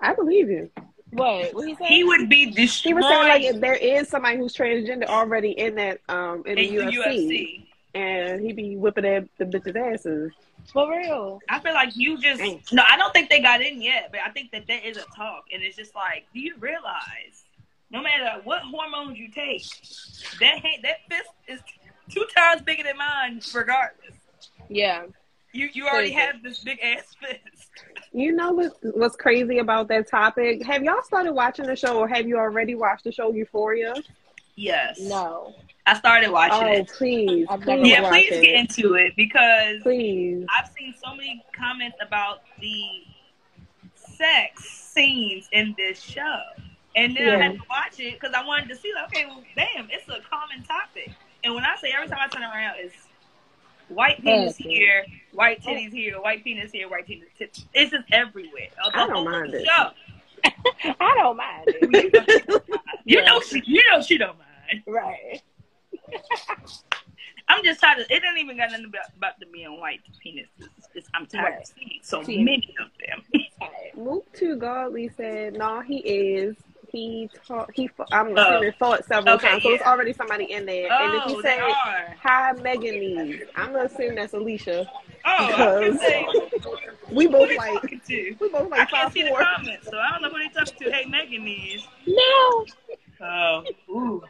Speaker 4: I believe you.
Speaker 3: What? What he said?
Speaker 2: He would be
Speaker 4: He
Speaker 2: destroyed
Speaker 4: was saying like if there is somebody who's transgender already in that um in the
Speaker 2: in the
Speaker 4: UFC,
Speaker 2: UFC.
Speaker 4: and he be whipping at the bitches' asses.
Speaker 3: For real.
Speaker 2: I feel like you just
Speaker 4: Dang.
Speaker 2: no. I don't think they got in yet, but I think that that is a talk, and it's just like, do you realize? No matter what hormones you take, that hand, that fist is two times bigger than mine, regardless.
Speaker 3: Yeah.
Speaker 2: You you already
Speaker 3: Crazy.
Speaker 2: have this big ass fist.
Speaker 4: You know what, what's crazy about that topic? Have y'all started watching the show, or have you already watched the show Euphoria?
Speaker 2: Yes.
Speaker 3: No.
Speaker 2: I started watching
Speaker 4: Oh,
Speaker 2: it.
Speaker 4: please,
Speaker 3: I've never
Speaker 4: please
Speaker 2: Yeah,
Speaker 4: watch
Speaker 2: please
Speaker 4: it.
Speaker 2: get into it because
Speaker 4: please.
Speaker 2: I've seen so many comments about the sex scenes in this show. And then I had
Speaker 4: Yeah.
Speaker 2: to watch it because I wanted to see, like, okay, well, damn, it's a common topic. And when I say every time I turn around, it's white penis
Speaker 3: Okay.
Speaker 2: here,
Speaker 4: Oh.
Speaker 2: white titties here, white penis here, white penis. Titties. It's just everywhere. Uh, The
Speaker 4: I don't
Speaker 2: whole
Speaker 4: mind it.
Speaker 2: show.
Speaker 3: I don't mind it.
Speaker 2: You
Speaker 3: Yeah.
Speaker 2: know, she, you know, she don't mind.
Speaker 3: Right.
Speaker 2: I'm just tired. Of, it don't even got nothing about, about the being white penises. It's just, I'm tired
Speaker 3: Right.
Speaker 2: of seeing so
Speaker 3: See it.
Speaker 2: many of them.
Speaker 3: Right.
Speaker 4: Luke too godly said, "No, he is. He taught. He. fo- I'm
Speaker 2: Oh.
Speaker 4: assuming fought several
Speaker 2: Okay,
Speaker 4: times. So it's
Speaker 2: yeah.
Speaker 4: already somebody in there. and then
Speaker 2: oh,
Speaker 4: he
Speaker 2: they
Speaker 4: said,
Speaker 2: are.
Speaker 4: "Hi, Megan Lee. I'm gonna assume that's Alicia.
Speaker 2: Oh, I can
Speaker 4: Because-
Speaker 2: say
Speaker 4: We
Speaker 2: who
Speaker 4: both
Speaker 2: they
Speaker 4: like.
Speaker 2: talking to.
Speaker 4: We both
Speaker 2: I
Speaker 4: like
Speaker 2: can't
Speaker 4: five
Speaker 2: see the
Speaker 4: four.
Speaker 2: comments, so I don't know who they talking to. Hey, Megan is.
Speaker 3: No.
Speaker 2: Oh, ooh.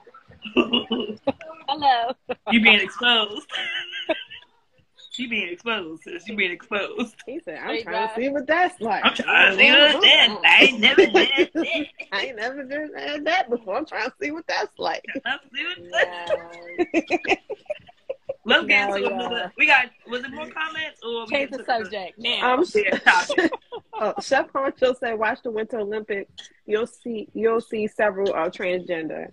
Speaker 3: Hello.
Speaker 2: you being exposed. she being exposed. sis. She being exposed.
Speaker 4: He said, "I'm
Speaker 3: Hey,
Speaker 4: trying
Speaker 3: guys.
Speaker 4: to see what that's like. Uh-huh.
Speaker 2: I'm trying to see what's that. I ain't never did that.
Speaker 4: I ain't never done had that before. I'm trying to see what that's like.
Speaker 2: I'm doing that.
Speaker 3: No.
Speaker 2: Let's get
Speaker 3: No,
Speaker 2: into it.
Speaker 3: yeah.
Speaker 2: We got. Was it more comments or we get
Speaker 3: Change the
Speaker 2: to
Speaker 3: subject now.
Speaker 4: Um,
Speaker 2: Yeah, topic.
Speaker 4: uh, Chef Honcho said, "Watch the Winter Olympics. You'll see. You'll see several uh, transgender.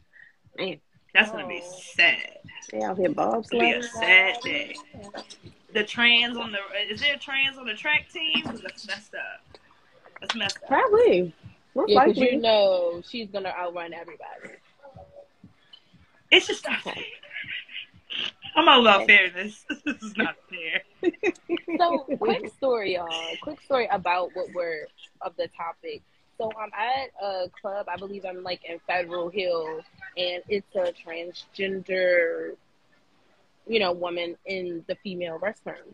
Speaker 4: Man,
Speaker 2: That's gonna be
Speaker 3: Oh.
Speaker 2: sad.
Speaker 4: they out here
Speaker 2: It's gonna be a
Speaker 4: bobsledding.
Speaker 2: sad day. The trans on the is there trans on the track team? 'Cause That's messed up. That's messed up.
Speaker 4: Probably. Most
Speaker 3: Yeah, 'cause
Speaker 4: likely.
Speaker 3: you know she's gonna outrun everybody.
Speaker 2: It's just not fair. I'm all about fairness. this is not fair.
Speaker 3: So, quick story, y'all. Quick story about what we're of the topic. So, I'm at a club. I believe I'm like in Federal Hill, and it's a transgender, you know, woman in the female restroom.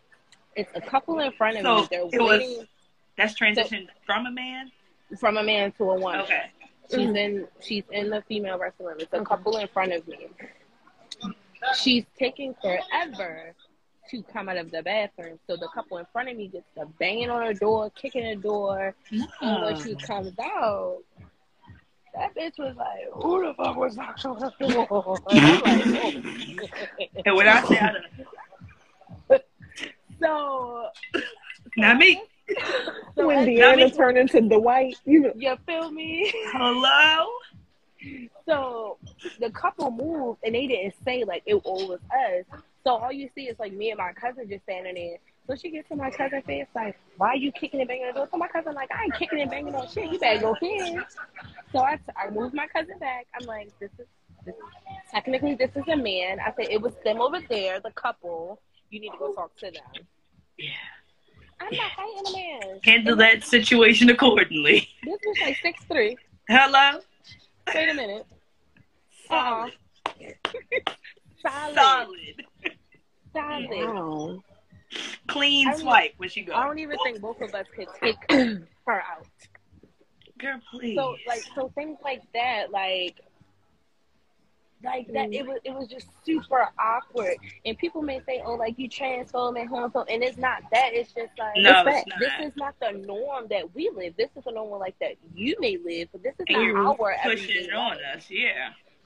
Speaker 3: It's a couple in front of
Speaker 2: So,
Speaker 3: me. They're
Speaker 2: it was-
Speaker 3: waiting
Speaker 2: That's transition from a man.
Speaker 3: from a man to a woman.
Speaker 2: Okay.
Speaker 3: She's
Speaker 4: Mhm.
Speaker 3: in she's in the female restroom. It's a
Speaker 4: Okay.
Speaker 3: couple in front of me. She's taking forever to come out of the bathroom. So the couple in front of me gets to banging on her door, kicking the door, and when
Speaker 2: Um,
Speaker 3: she comes out, that bitch was like, Who the fuck was knocking on the door? I'm like, "Oh."
Speaker 2: And when I say I done,
Speaker 3: so
Speaker 2: not me.
Speaker 3: so
Speaker 4: when
Speaker 3: I-
Speaker 2: Not me.
Speaker 4: Deanna turned into Dwight, you know,
Speaker 3: you feel me?
Speaker 2: Hello.
Speaker 3: So the couple moved and they didn't say like it all was us. So all you see is like me and my cousin just standing there. So she gets to my cousin face like, "Why you kicking and banging on the door?" So my cousin like, "I ain't kicking and banging on shit. You better go in." So I, I moved my cousin back. I'm like, "This is, this is technically this is a man." I said, "It was them over there, the couple. You need to go talk to them."
Speaker 2: Yeah.
Speaker 3: I'm not fighting a man.
Speaker 2: Handle that situation accordingly.
Speaker 3: This was like six three.
Speaker 2: Hello.
Speaker 3: Wait a minute. Uh-uh.
Speaker 2: Solid.
Speaker 3: Solid.
Speaker 2: Solid.
Speaker 3: Solid.
Speaker 4: wow.
Speaker 2: Clean
Speaker 3: I don't-
Speaker 2: swipe when she
Speaker 3: I
Speaker 2: goes.
Speaker 3: don't even think both of us could take her out.
Speaker 2: Girl, please.
Speaker 3: So like so things like that, like like that it was it was just super awkward. And people may say, Oh, like you transphobe and homophobe and it's not that, it's just like
Speaker 2: no,
Speaker 4: What's
Speaker 2: it's not.
Speaker 3: this is not the norm that we live. This is a normal like that you may live, but this is
Speaker 2: and you're
Speaker 3: not our
Speaker 2: pushing
Speaker 3: everyday
Speaker 2: it on
Speaker 3: life.
Speaker 2: us. Yeah.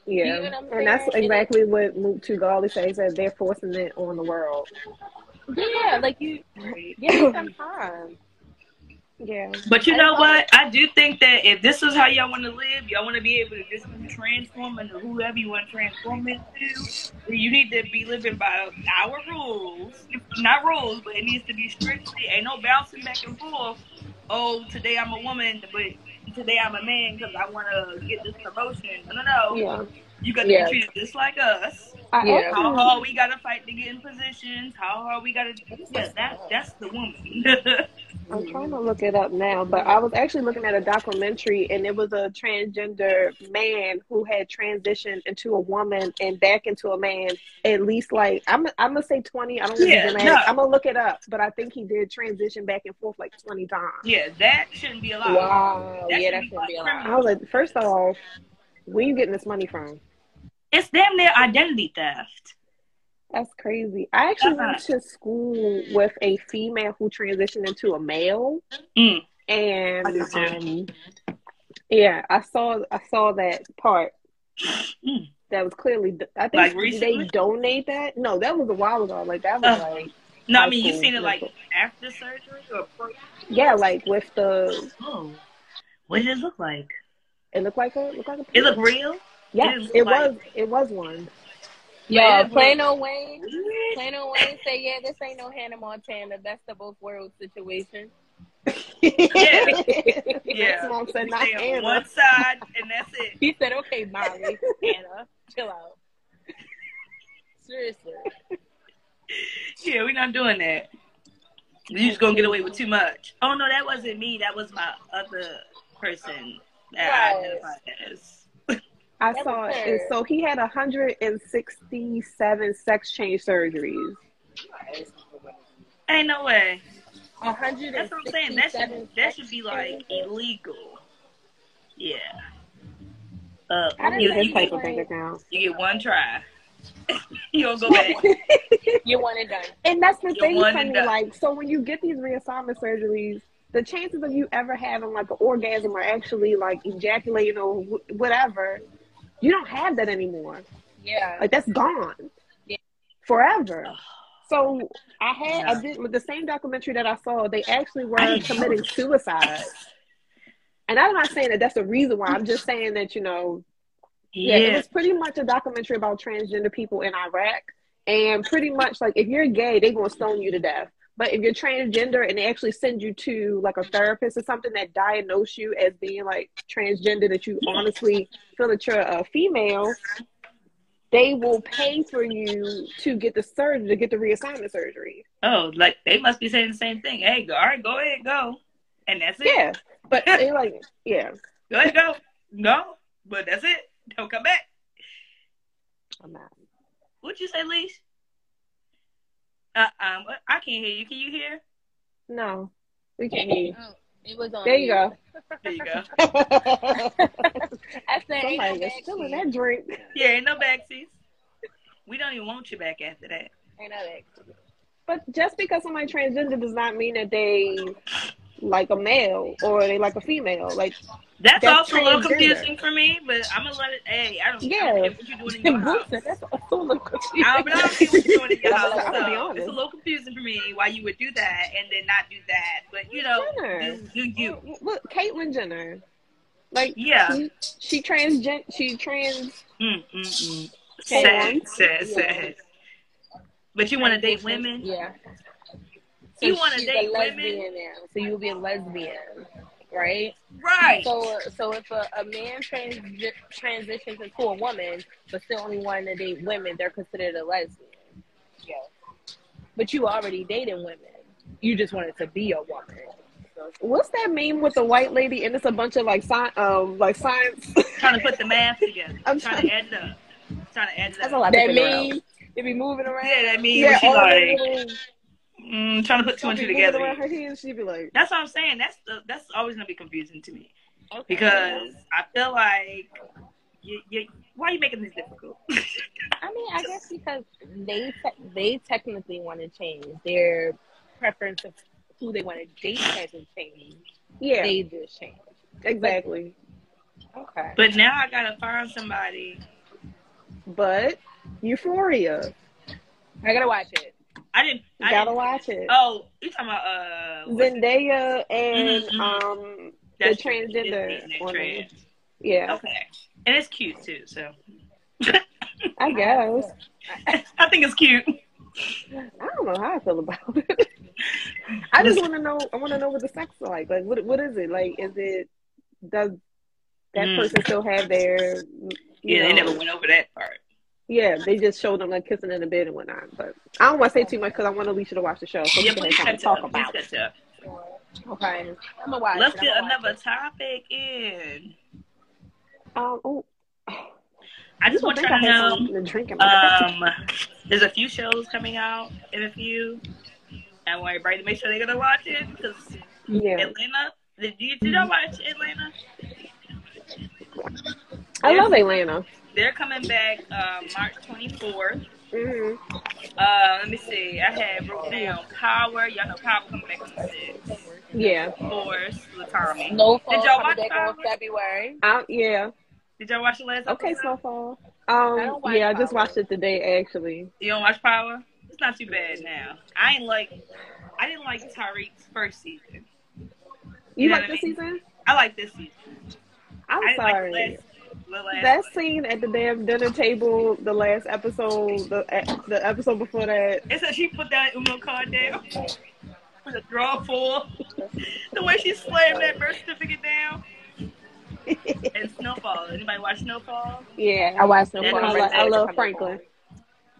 Speaker 4: Yeah.
Speaker 3: You know what I'm
Speaker 4: and that's
Speaker 3: saying?
Speaker 4: exactly what Luke Tugali says that they're forcing it on the world.
Speaker 3: Yeah, like you yeah, sometimes.
Speaker 4: Yeah.
Speaker 2: But you
Speaker 3: I
Speaker 2: know
Speaker 3: love
Speaker 2: what? I do think that if this is how y'all want to live, y'all want to be able to just transform into whoever you want to transform into. then You need to be living by our rules, not rules, but it needs to be strictly. Ain't no bouncing back and forth. Oh, today I'm a woman, but today I'm a man because I want to get this promotion. No, no, no.
Speaker 4: Yeah.
Speaker 2: You got to
Speaker 3: Yeah. Mm-hmm.
Speaker 2: be treated just like us.
Speaker 4: I
Speaker 3: Yeah.
Speaker 2: How
Speaker 4: also,
Speaker 2: hard we got to fight to get in positions? How hard we got to? Yeah, that that's the woman.
Speaker 4: I'm trying to look it up now, but I was actually looking at a documentary and it was a transgender man who had transitioned into a woman and back into a man at least like I'm I'm gonna say 20. I don't want
Speaker 2: Yeah,
Speaker 4: to be dramatic.
Speaker 2: no.
Speaker 4: I'm gonna look it up, but I think he did transition back and forth like 20 times.
Speaker 2: Yeah, that shouldn't be allowed.
Speaker 3: Wow.
Speaker 2: That
Speaker 3: yeah,
Speaker 2: should
Speaker 3: that's
Speaker 2: be
Speaker 3: gonna be a
Speaker 2: like
Speaker 4: I
Speaker 3: lot.
Speaker 4: was like, first off, where you getting this money from?
Speaker 2: It's damn near identity theft.
Speaker 4: That's crazy. I actually went to school with a female who transitioned into a male,
Speaker 2: Mm.
Speaker 4: and
Speaker 2: I did
Speaker 4: um, yeah, I saw I saw that part.
Speaker 2: Mm.
Speaker 4: That was clearly. I think
Speaker 2: Like
Speaker 4: they
Speaker 2: recently?
Speaker 4: donate that. No, that was a while ago. Like that was
Speaker 2: Uh.
Speaker 4: like
Speaker 2: No, I
Speaker 4: High
Speaker 2: mean you've
Speaker 4: school,
Speaker 2: seen it like
Speaker 4: middle
Speaker 2: after surgery or pre.
Speaker 4: yeah, like with the
Speaker 2: Oh, what did it look like?
Speaker 4: it looked like a looked like a.
Speaker 2: It looked real.
Speaker 4: Yeah,
Speaker 2: it
Speaker 4: it,
Speaker 2: looked like-
Speaker 4: was. It was one.
Speaker 3: Yo,
Speaker 2: Man,
Speaker 3: plain old Wayne.
Speaker 2: What?
Speaker 3: Plain old Wayne say, yeah, this ain't no Hannah Montana. That's the both worlds situation.
Speaker 2: Yeah.
Speaker 4: Mom said
Speaker 2: You
Speaker 4: not
Speaker 2: stay on
Speaker 4: Hannah.
Speaker 2: one side and that's it.
Speaker 3: He said, okay, Molly, Hannah, chill out. Seriously.
Speaker 2: Yeah, we're not doing that. You just gonna get away with too much. Oh no, that wasn't me. That was my other person that I
Speaker 3: Right.
Speaker 2: identified as.
Speaker 4: I
Speaker 3: That
Speaker 4: saw
Speaker 3: was
Speaker 4: it.
Speaker 3: her.
Speaker 4: And so he had 167 sex change surgeries.
Speaker 2: Ain't no way.
Speaker 3: A hundred
Speaker 2: That's what I'm saying. That should that should be like illegal. Yeah. Uh,
Speaker 4: I
Speaker 3: didn't
Speaker 4: need
Speaker 2: you,
Speaker 3: know
Speaker 4: his
Speaker 2: you,
Speaker 4: type
Speaker 2: get,
Speaker 4: of bank account.
Speaker 2: you get one try. you don't go back.
Speaker 3: You want it done.
Speaker 4: And that's the
Speaker 2: You're
Speaker 4: thing
Speaker 2: one
Speaker 4: for
Speaker 2: and
Speaker 4: me.
Speaker 2: done.
Speaker 4: Like, so when you get these reassignment surgeries, the chances of you ever having like an orgasm or actually like ejaculating or wh- whatever, you don't have that anymore.
Speaker 3: Yeah.
Speaker 4: Like that's gone
Speaker 3: Yeah.
Speaker 4: forever. So I had
Speaker 2: Yeah.
Speaker 4: I did with the same documentary that I saw. They actually were
Speaker 2: I didn't know
Speaker 4: committing
Speaker 2: this.
Speaker 4: suicide. And I'm not saying that that's the reason why. I'm just saying that you know Yeah,
Speaker 2: Yeah.
Speaker 4: it was pretty much a documentary about transgender people in Iraq. And pretty much, like, if you're gay, they're going to stone you to death. But if you're transgender and they actually send you to, like, a therapist or something that diagnose you as being, like, transgender, that you honestly feel that you're a female, they will pay for you to get the surgery, to get the reassignment surgery.
Speaker 2: oh, like they must be saying the same thing. Hey, go, all right, go ahead, go, and that's it.
Speaker 4: Yeah. But, they like, yeah.
Speaker 2: Go ahead, go. No, but that's it. Don't come back.
Speaker 4: I'm not.
Speaker 2: What'd you say, Leash? Uh, um, I can't hear you. Can you hear?
Speaker 4: No. We can't hear you.
Speaker 3: Oh, it was on
Speaker 4: There you go.
Speaker 2: There you go.
Speaker 3: I said, ain't no
Speaker 4: Somebody is
Speaker 3: back
Speaker 4: stealing
Speaker 3: seat.
Speaker 4: that drink.
Speaker 2: Yeah, ain't no backseats. We don't even want you back after that.
Speaker 3: Ain't no back seat.
Speaker 4: But just because somebody transgender does not mean that they like a male or they like a female. Like
Speaker 2: That's,
Speaker 4: That's
Speaker 2: also a little
Speaker 4: transgender.
Speaker 2: confusing for me, but I'm gonna let it. Hey, I don't. I
Speaker 4: Yeah.
Speaker 2: don't care what you're doing in your house.
Speaker 4: Booster, that's also a little confusing.
Speaker 2: I don't I don't care what you're doing in your
Speaker 4: I'll
Speaker 2: house.
Speaker 4: be
Speaker 2: So
Speaker 4: honest.
Speaker 2: it's a little confusing for me why you would do that and then not do that. But you know,
Speaker 4: Jenner.
Speaker 2: do, do you?
Speaker 4: Look, Caitlyn Jenner. Like
Speaker 2: Yeah.
Speaker 4: she, she transgen she trans
Speaker 2: Mm, mm, mm.
Speaker 4: Hold
Speaker 2: Sad,
Speaker 4: on.
Speaker 2: sad,
Speaker 3: Yeah.
Speaker 2: sad. But you want to date women?
Speaker 3: Yeah.
Speaker 2: You wanna
Speaker 3: she's
Speaker 2: date
Speaker 3: a lesbian now, so you'll be a lesbian, right?
Speaker 2: Right.
Speaker 3: So, so if a, a man trans- transitions into a woman, but still only wanting to date women, they're considered a lesbian. Yeah. But you already dating women. You just wanted to be a woman.
Speaker 4: what's that meme with the white lady and it's a bunch of like science um like science
Speaker 2: trying to put the math together.
Speaker 4: I'm
Speaker 2: trying to add it up. Trying to add it
Speaker 4: That's
Speaker 2: up.
Speaker 4: a lot. I
Speaker 3: That
Speaker 4: figured it out.
Speaker 3: mean they be moving around.
Speaker 2: Yeah, that means
Speaker 4: Yeah,
Speaker 2: she's
Speaker 4: all the
Speaker 2: like
Speaker 4: little-
Speaker 2: mm, trying to put two and
Speaker 4: be
Speaker 2: two
Speaker 4: moving around
Speaker 2: together.
Speaker 4: her head, she'd be like
Speaker 2: That's what I'm saying. That's the, that's always gonna be confusing to me
Speaker 3: Okay.
Speaker 2: because I feel like you, you, why are you making this difficult?
Speaker 3: I mean, I guess because they te- they technically want to change their preference of who they want to date hasn't changed.
Speaker 4: Yeah,
Speaker 3: They just changed.
Speaker 4: exactly.
Speaker 3: Okay.
Speaker 2: but now I gotta find somebody.
Speaker 4: But Euphoria.
Speaker 3: I gotta watch it.
Speaker 2: I didn't. I
Speaker 4: Gotta
Speaker 2: didn't-
Speaker 4: watch it.
Speaker 2: Oh, you talking about uh? what's-
Speaker 4: Zendaya and
Speaker 2: Mhm.
Speaker 4: um
Speaker 2: that's
Speaker 4: the transgender
Speaker 2: Disney
Speaker 4: woman.
Speaker 2: trans.
Speaker 4: yeah,
Speaker 2: Okay, and it's cute too. So
Speaker 4: I guess.
Speaker 2: I think it's cute.
Speaker 4: I don't know how I feel about it. I just want to know. I want to know what the sex is like. Like, what what is it like? Is it does that
Speaker 2: Mm.
Speaker 4: person still have their? you
Speaker 2: Yeah, they
Speaker 4: know-
Speaker 2: never went over that part.
Speaker 4: Yeah, they just showed them like kissing in the bed and whatnot. But I don't want to say too much because I want Alicia to watch the show so
Speaker 2: yeah,
Speaker 4: we can
Speaker 2: please
Speaker 4: have time to
Speaker 2: catch
Speaker 4: talk
Speaker 2: up. Please
Speaker 4: about it.
Speaker 2: catch up.
Speaker 3: Sure. Okay. I'm gonna watch.
Speaker 2: Let's
Speaker 3: it.
Speaker 2: get
Speaker 3: I'ma watch
Speaker 2: another
Speaker 3: it.
Speaker 2: topic in.
Speaker 4: Um, oh,
Speaker 2: I just want
Speaker 4: think
Speaker 2: y'all to
Speaker 4: I had
Speaker 2: know
Speaker 4: something to drink in my
Speaker 2: um, there's a few shows coming out in a few. I want everybody to make sure they're gonna watch it because
Speaker 4: yeah.
Speaker 2: Atlanta. Did you did y'all watch Atlanta?
Speaker 4: I love Atlanta.
Speaker 2: They're coming back um, March 24th.
Speaker 4: hmm
Speaker 2: Uh, let me see. I had wrote down Power. Y'all know Power coming back on the sixth.
Speaker 4: Yeah.
Speaker 2: Of course, with Tommy.
Speaker 3: Snowfall
Speaker 2: Did y'all watch
Speaker 3: coming back
Speaker 2: Power?
Speaker 3: on February.
Speaker 4: I, yeah.
Speaker 2: Did y'all watch the last?
Speaker 4: Okay,
Speaker 2: episode?
Speaker 4: Snowfall.
Speaker 3: I
Speaker 4: Um,
Speaker 3: don't watch
Speaker 4: yeah, I just
Speaker 3: Power.
Speaker 4: watched it today, actually.
Speaker 2: You don't watch Power? It's not too bad now. I ain't like. I didn't like Tyreek's first season.
Speaker 4: You
Speaker 2: Yeah,
Speaker 4: like
Speaker 2: I
Speaker 4: this
Speaker 2: mean-
Speaker 4: season?
Speaker 2: I like this season.
Speaker 4: I'm
Speaker 2: I didn't
Speaker 4: sorry.
Speaker 2: like the last. The last
Speaker 4: that scene at the damn dinner table, the last episode, the eh, the episode before that.
Speaker 2: It said she put that Uno card down. With a draw full. the way she slammed that birth certificate down. and Snowfall. Anybody watch Snowfall?
Speaker 4: Yeah,
Speaker 3: I watched
Speaker 2: That
Speaker 3: Snowfall.
Speaker 2: comes
Speaker 4: I,
Speaker 2: right
Speaker 4: love, I
Speaker 2: back.
Speaker 4: love Franklin.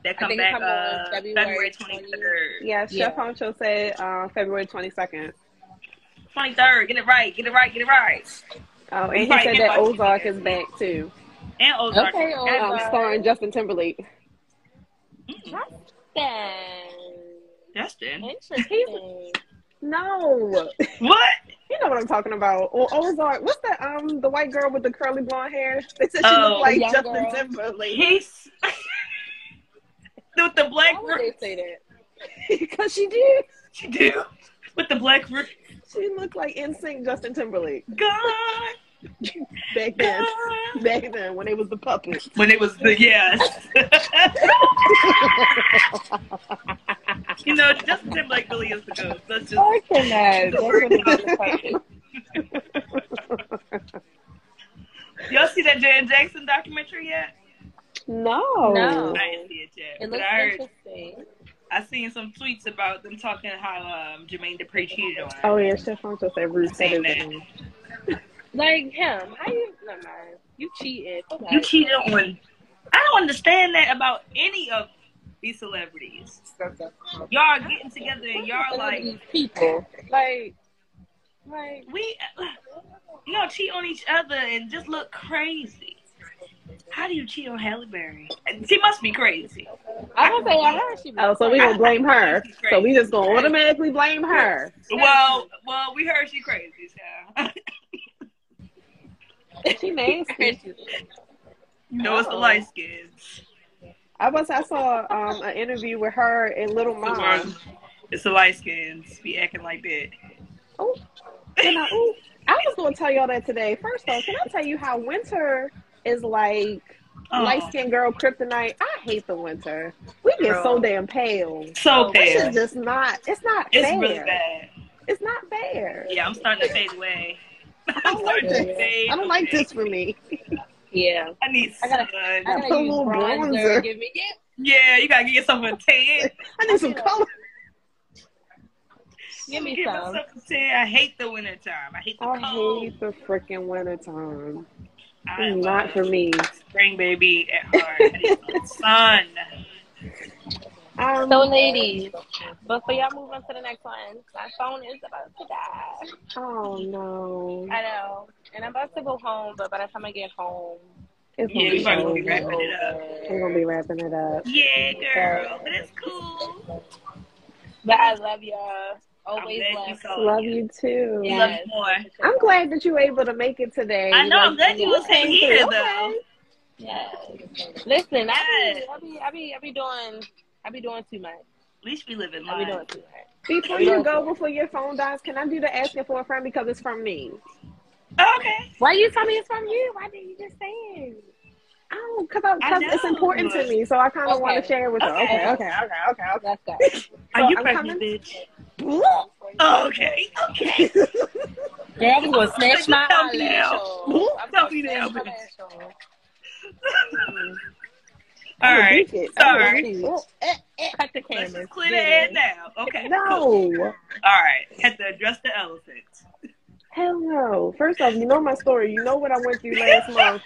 Speaker 2: That
Speaker 3: I
Speaker 2: come
Speaker 3: think it
Speaker 2: back
Speaker 3: come on
Speaker 2: uh, February
Speaker 3: February
Speaker 2: 23rd.
Speaker 4: Yeah, Chef
Speaker 3: Yeah.
Speaker 4: Honcho said uh, February 22nd.
Speaker 2: 23rd. Get it right. Get it right. Get it right.
Speaker 4: Oh, and he
Speaker 2: Right,
Speaker 4: said
Speaker 2: and watch
Speaker 4: that
Speaker 2: it
Speaker 4: Ozark
Speaker 2: again.
Speaker 4: is back too.
Speaker 2: And Ozark. And-
Speaker 3: Okay,
Speaker 4: Um,
Speaker 3: Ozark.
Speaker 4: starring Justin Timberlake.
Speaker 2: uh, hmm,
Speaker 3: Justin.
Speaker 2: Justin.
Speaker 3: Interesting.
Speaker 4: No,
Speaker 2: What?
Speaker 4: you know what I'm talking about. Or Ozark. What's that? Um, the white girl with the curly blonde hair. They said she
Speaker 2: Oh,
Speaker 4: looked like
Speaker 3: young
Speaker 4: Justin
Speaker 3: girl.
Speaker 4: Timberlake
Speaker 2: He's. With the black
Speaker 3: Why would
Speaker 2: roof.
Speaker 3: they say that?
Speaker 4: because she did.
Speaker 2: She do. With the black roof.
Speaker 4: She looked like NSYNC Justin Timberlake
Speaker 2: God.
Speaker 4: back then.
Speaker 2: God.
Speaker 4: Back then, when it was the puppets.
Speaker 2: when it was the yes. you know, Justin Timberlake really is the goat. Let's just
Speaker 3: I cannot. That's what I'm gonna say.
Speaker 2: y'all see that Jan Jackson documentary yet?
Speaker 4: No.
Speaker 3: No.
Speaker 2: I didn't see it yet.
Speaker 3: It
Speaker 2: but
Speaker 3: looks
Speaker 2: I heard
Speaker 3: interesting.
Speaker 2: I seen some tweets about them talking how um, Jermaine Dupri cheated on. her.
Speaker 4: Oh yeah, Chef Honcho said Ruth said
Speaker 2: Same
Speaker 4: it.
Speaker 2: man.
Speaker 3: Like him. How you never mind. You cheated. Fuck
Speaker 2: You
Speaker 3: that.
Speaker 2: cheated on. I don't understand that about any of these celebrities. Y'all are getting together and y'all are like
Speaker 3: These people. Like like
Speaker 2: we y'all cheat on each other and just look crazy. How do you cheat on Halle Berry? She must be crazy.
Speaker 3: I don't say I heard she was
Speaker 4: Oh, so we gonna blame her. So we just gonna
Speaker 2: Right.
Speaker 4: automatically blame her.
Speaker 2: Well, well, we heard she crazy. So.
Speaker 4: She nasty.
Speaker 2: you know, it's the light skins.
Speaker 4: I was I saw um an interview with her and Little Mom.
Speaker 2: It's the light skins. Be acting like that.
Speaker 4: And I, ooh, I was gonna tell y'all that today. First off, can I tell you how winter is like
Speaker 2: Oh,
Speaker 4: light skinned girl kryptonite? I hate the winter. We get
Speaker 2: Girl.
Speaker 4: so damn pale.
Speaker 2: so
Speaker 4: This
Speaker 2: bad.
Speaker 4: is just not it's not
Speaker 2: It's
Speaker 4: fair.
Speaker 2: really bad.
Speaker 4: It's not fair.
Speaker 2: Yeah, I'm starting to fade away. I'm
Speaker 4: don't like
Speaker 2: starting to
Speaker 4: this.
Speaker 2: fade.
Speaker 4: I don't like
Speaker 2: away.
Speaker 4: this for me.
Speaker 3: Yeah.
Speaker 2: I need
Speaker 3: I
Speaker 2: sun.
Speaker 3: gotta- I
Speaker 4: Put a
Speaker 3: gotta use
Speaker 4: little
Speaker 3: bronzer.
Speaker 4: bronzer.
Speaker 3: Give me yeah.
Speaker 2: yeah, you gotta get yourself a tan.
Speaker 4: I need some color.
Speaker 3: Give me
Speaker 2: Give
Speaker 3: some.
Speaker 2: myself a tan. I hate the winter time. I hate the
Speaker 4: I
Speaker 2: cold.
Speaker 4: hate the freaking winter time.
Speaker 2: I
Speaker 4: Not
Speaker 2: love
Speaker 4: for me.
Speaker 2: Spring baby at heart. I need some sun.
Speaker 4: Um,
Speaker 3: So, ladies, before y'all move on to the next one, my phone is about to die.
Speaker 4: oh no.
Speaker 3: I know. And I'm about to go home, but by the time I get home,
Speaker 4: It's gonna
Speaker 2: Yeah,
Speaker 4: be
Speaker 2: we probably gonna be
Speaker 4: over.
Speaker 2: wrapping it up.
Speaker 4: We're gonna be wrapping it up.
Speaker 2: Yeah, girl, but it's cool.
Speaker 3: But I love y'all.
Speaker 2: I'm
Speaker 3: Always
Speaker 2: glad you
Speaker 3: love.
Speaker 2: saw
Speaker 4: Love
Speaker 2: it.
Speaker 4: you too.
Speaker 2: We
Speaker 3: Yeah.
Speaker 2: Love you more.
Speaker 4: I'm glad that you were able to make it today.
Speaker 2: I know. I'm glad you was
Speaker 4: came
Speaker 2: here
Speaker 4: through.
Speaker 2: though.
Speaker 4: Okay.
Speaker 3: Yes. Listen, I
Speaker 2: Yes.
Speaker 3: be, I be, I be, I be doing, I be doing too much.
Speaker 2: At least we live in
Speaker 3: I be
Speaker 2: life.
Speaker 3: doing too much.
Speaker 4: Before you go, before your phone dies, can I do the asking for a friend because it's from me?
Speaker 2: Oh, Okay.
Speaker 3: Why you tell me it's from you? Why did you just say it?
Speaker 4: Oh, because
Speaker 2: I
Speaker 4: it's
Speaker 2: know.
Speaker 4: important to me, so I kind of
Speaker 3: Okay.
Speaker 4: want to share with you.
Speaker 2: Okay.
Speaker 4: Okay, okay, okay, okay, okay.
Speaker 3: Let's go.
Speaker 4: So
Speaker 2: Are you
Speaker 4: I'm
Speaker 2: pregnant,
Speaker 4: coming?
Speaker 2: bitch? Oh, okay. Okay.
Speaker 3: Girl, I'm gonna snatch my
Speaker 2: Tell me
Speaker 3: eyelash
Speaker 2: now.
Speaker 3: off. I'm
Speaker 2: Tell
Speaker 3: gonna
Speaker 2: me now,
Speaker 3: snatch my
Speaker 2: bitch.
Speaker 3: eyelash off.
Speaker 2: All right. Sorry.
Speaker 4: Sorry.
Speaker 3: Cut the
Speaker 2: eh, Let's
Speaker 3: camera.
Speaker 2: just clear the head now. Okay. cool.
Speaker 4: No.
Speaker 2: All right. Had to address the elephant.
Speaker 4: Hell no. First off, you know my story. You know what I went through last month.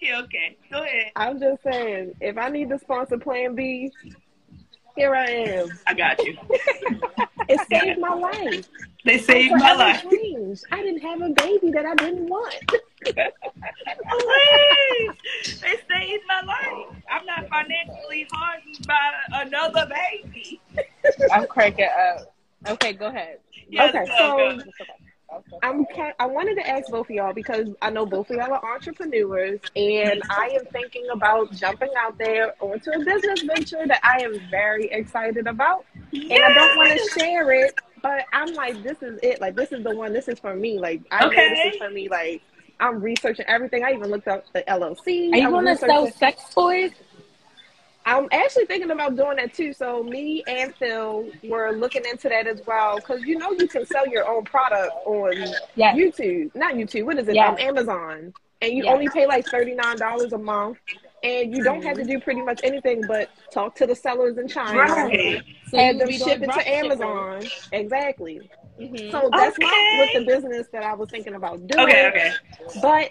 Speaker 2: Yeah. Okay. Go ahead.
Speaker 4: I'm just saying, if I need to sponsor Plan B, here I am.
Speaker 2: I got you.
Speaker 4: It saved my life.
Speaker 2: They saved
Speaker 4: I'm
Speaker 2: my life.
Speaker 4: forever changed. I didn't have a baby that I didn't want.
Speaker 2: Please, they saved my life. I'm not financially hardened by another baby.
Speaker 3: I'm cracking up. Okay, go ahead.
Speaker 2: Yes,
Speaker 4: Okay,
Speaker 2: go,
Speaker 4: so-
Speaker 2: go.
Speaker 4: I'm ca- I wanted to ask both of y'all because I know both of y'all are entrepreneurs, and I am thinking about jumping out there onto a business venture that I am very excited about, and I don't want to share it. But I'm like, this is it. Like, this is the one. This is for me. Like, I know this
Speaker 2: Okay.
Speaker 4: is for me. Like, I'm researching everything. I even looked up the LLC.
Speaker 3: Are you
Speaker 4: I'm
Speaker 3: gonna sell
Speaker 4: researching-
Speaker 3: sex toys?
Speaker 4: I'm actually thinking about doing that too. So me and Phil were looking into that as well because you know you can sell your own product on
Speaker 3: Yes.
Speaker 4: YouTube, not YouTube. What is it?
Speaker 3: Yeah.
Speaker 4: Um, Amazon, and you
Speaker 3: Yeah.
Speaker 4: only pay like thirty nine dollars a month, and you don't have
Speaker 3: Mm-hmm.
Speaker 4: to do pretty much anything but talk to the sellers in China,
Speaker 2: Right.
Speaker 3: So
Speaker 4: have
Speaker 3: you
Speaker 4: them
Speaker 3: be doing
Speaker 4: ship it
Speaker 3: drop
Speaker 4: to
Speaker 3: shipping.
Speaker 4: Amazon. Exactly.
Speaker 3: Mhm.
Speaker 4: So that's my
Speaker 2: Okay.
Speaker 4: with the business that I was thinking about doing.
Speaker 2: Okay, okay.
Speaker 4: But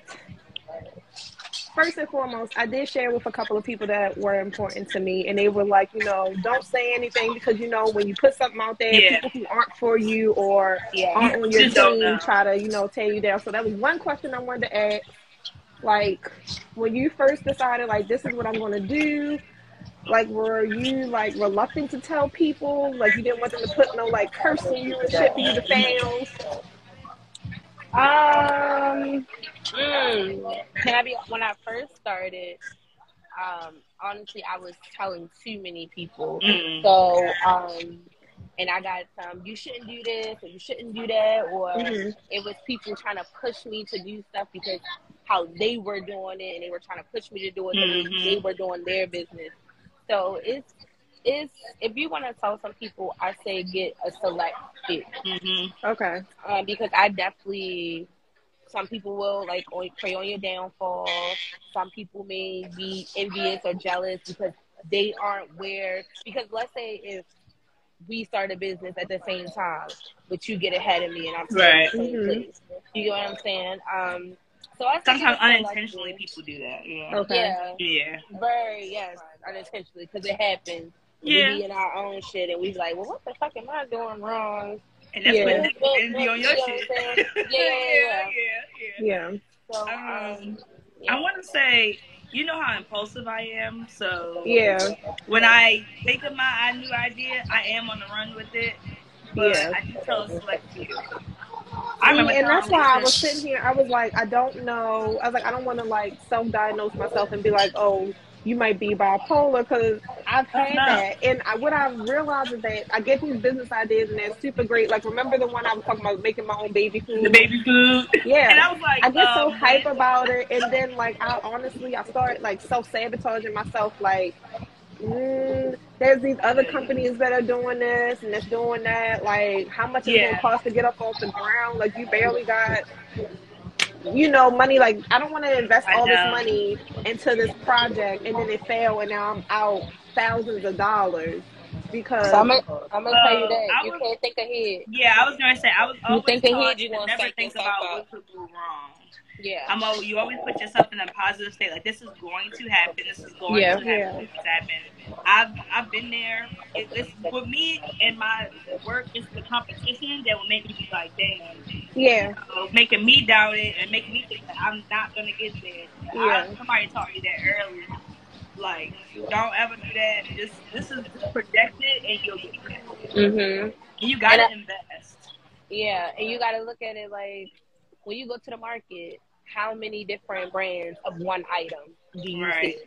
Speaker 4: first and foremost, I did share with a couple of people that were important to me, and they were like, you know, don't say anything because you know when you put something out there,
Speaker 2: Yeah.
Speaker 4: people who aren't for you or
Speaker 3: Yeah.
Speaker 4: aren't on your
Speaker 2: Just don't
Speaker 4: team
Speaker 2: know.
Speaker 4: try to you know tear you down. So that was one question I wanted to ask. Like when you first decided, like this is what I'm going to do. Like, were you like reluctant to tell people? Like, you didn't want them to put no like curse on you and shit for you to fail.
Speaker 3: Um, mm, can I be when I first started? Um, honestly, I was telling too many people.
Speaker 2: Mm.
Speaker 3: So, um, and I got some. You shouldn't do this, or you shouldn't do that, or
Speaker 4: Mhm.
Speaker 3: it was people trying to push me to do stuff because how they were doing it, and they were trying to push me to do it. the way
Speaker 2: Mhm.
Speaker 3: They were doing their business. So it's it's if you want to tell some people, I say get a select few
Speaker 2: Mhm.
Speaker 4: Okay.
Speaker 3: um, because I definitely some people will like on, prey on your downfall. Some people may be envious or jealous because they aren't where. Because let's say if we start a business at the same time, but you get ahead of me and I'm still in the same
Speaker 4: Right. Mhm.
Speaker 3: place. You know what I'm saying? Um, so I
Speaker 2: Mm-hmm. Sometimes
Speaker 3: think it's selective.
Speaker 2: unintentionally people do that. Yeah.
Speaker 4: Okay.
Speaker 3: Yeah,
Speaker 2: Yeah.
Speaker 3: very yes, unintentionally because it happens.
Speaker 2: Yeah.
Speaker 3: We be in our own shit and we be like, well, what the fuck am I doing wrong?
Speaker 2: And that's
Speaker 4: Yeah.
Speaker 2: when they get envy on your
Speaker 3: You know
Speaker 2: shit.
Speaker 3: what I'm saying? Yeah,
Speaker 2: yeah,
Speaker 3: yeah,
Speaker 2: yeah.
Speaker 4: Yeah.
Speaker 3: So,
Speaker 2: Um,
Speaker 3: um,
Speaker 2: I want to say, you know how impulsive I am, so
Speaker 4: Yeah.
Speaker 2: when I think of my new idea, I am on the run with it. But
Speaker 4: Yeah.
Speaker 2: I can tell it's select few. I remember
Speaker 4: and that's
Speaker 2: telling
Speaker 4: why I
Speaker 2: Lisa-
Speaker 4: was sitting here. I was like, I don't know. I was like, I don't want to like self-diagnose myself and be like, oh, you might be bipolar because I've had
Speaker 2: No.
Speaker 4: that. And I, what I've realized is that I get these business ideas and they're super great. Like, remember the one I was talking about making my own baby food?
Speaker 2: the baby food. And
Speaker 4: Yeah.
Speaker 2: I was like,
Speaker 4: I get
Speaker 2: um,
Speaker 4: so hype about it, and then like I honestly, I start like self sabotaging myself. Like, mm, there's these other companies that are doing this and that's doing that. Like, how much is it
Speaker 2: Yeah.
Speaker 4: gonna cost to get up off the ground? Like, you barely got, you know, money. Like, I don't want to invest
Speaker 2: I
Speaker 4: all this
Speaker 2: know.
Speaker 4: money into this project, and then it fail, and now I'm out thousands of dollars because
Speaker 3: So I'm gonna I'm gonna tell you that
Speaker 2: Uh, I
Speaker 3: you
Speaker 2: would-
Speaker 3: can't think ahead.
Speaker 2: Yeah, I was gonna say I was always
Speaker 3: think ahead,
Speaker 2: taught
Speaker 3: you
Speaker 2: to
Speaker 3: gonna
Speaker 2: never
Speaker 3: psych
Speaker 2: think
Speaker 3: yourself
Speaker 2: about
Speaker 3: out.
Speaker 2: what could go wrong.
Speaker 3: Yeah.
Speaker 2: I'm always, you always put yourself in a positive state. Like this is going to happen. This is going
Speaker 3: Yeah.
Speaker 2: to happen. This is happening. I've I've been there. It, it's with me and my work. It's the competition that will make me be like, damn,
Speaker 4: yeah,
Speaker 2: so making me doubt it and making me think that I'm not gonna get there.
Speaker 4: Yeah.
Speaker 2: I, somebody taught me that earlier. Like, don't ever do that. Just this is projected, and you'll get it.
Speaker 3: hmm
Speaker 2: And you gotta
Speaker 3: And
Speaker 2: invest.
Speaker 3: Yeah, and you gotta look at it like when you go to the market, how many different brands of one item do you
Speaker 2: Right.
Speaker 3: see?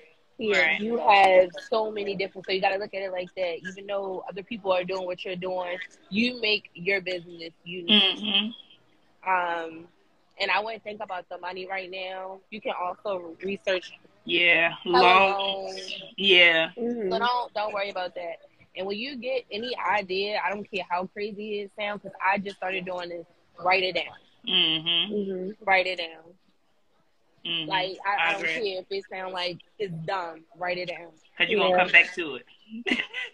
Speaker 4: yeah,
Speaker 2: Right.
Speaker 3: You have so many different, so you gotta look at it like that. Even though other people are doing what you're doing, you make your business unique.
Speaker 2: Mm-hmm.
Speaker 3: Um, and I wouldn't think about the money right now. You can also research
Speaker 2: Yeah,
Speaker 3: how
Speaker 2: long.
Speaker 3: long
Speaker 2: Yeah,
Speaker 4: Mhm.
Speaker 3: So don't don't worry about that. And when you get any idea, I don't care how crazy it sounds, because I just started doing this. Write it down.
Speaker 2: mm-hmm.
Speaker 4: Mhm.
Speaker 3: Write it down.
Speaker 2: mm-hmm.
Speaker 3: Like I, I don't
Speaker 2: agree.
Speaker 3: care if it sounds like it's dumb. Write it down.
Speaker 2: Cause you're gonna
Speaker 4: Yeah.
Speaker 2: come back to it.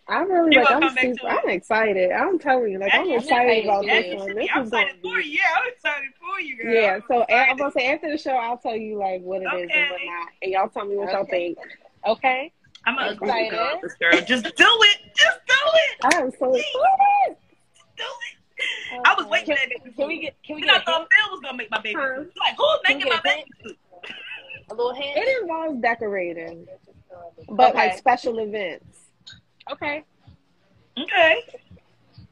Speaker 4: I really
Speaker 2: You
Speaker 4: like.
Speaker 2: gonna
Speaker 4: I'm
Speaker 2: come back to
Speaker 4: super.
Speaker 2: it?
Speaker 4: I'm excited. I'm telling you, like I'm
Speaker 2: Yeah,
Speaker 4: excited
Speaker 3: yeah,
Speaker 4: about
Speaker 2: Yeah,
Speaker 4: this
Speaker 2: you
Speaker 4: one.
Speaker 2: should
Speaker 4: This
Speaker 2: be. I'm
Speaker 4: is going
Speaker 2: excited for you. Yeah, I'm excited for you, girl.
Speaker 4: Yeah, so a- I'm
Speaker 2: excited.
Speaker 4: gonna say after the show, I'll tell you like what it is
Speaker 2: Okay.
Speaker 4: and whatnot, and y'all tell me what y'all
Speaker 3: Okay.
Speaker 4: think.
Speaker 3: Okay.
Speaker 2: I'm a
Speaker 3: excited.
Speaker 2: girl. Just do it. Just do it.
Speaker 4: I am so excited.
Speaker 2: stupid. I was waiting for that baby
Speaker 3: Can
Speaker 2: food.
Speaker 3: we get can we
Speaker 2: Then I
Speaker 3: get a,
Speaker 2: thought
Speaker 3: hint?
Speaker 2: Phil was gonna make my baby
Speaker 4: Huh.
Speaker 2: food. Like, who's
Speaker 3: Can we
Speaker 2: making my
Speaker 3: get a
Speaker 2: baby
Speaker 3: hint?
Speaker 2: food?
Speaker 3: a little hint?
Speaker 4: It involves decorating, but like
Speaker 3: Okay.
Speaker 4: special events.
Speaker 3: Okay,
Speaker 2: Okay.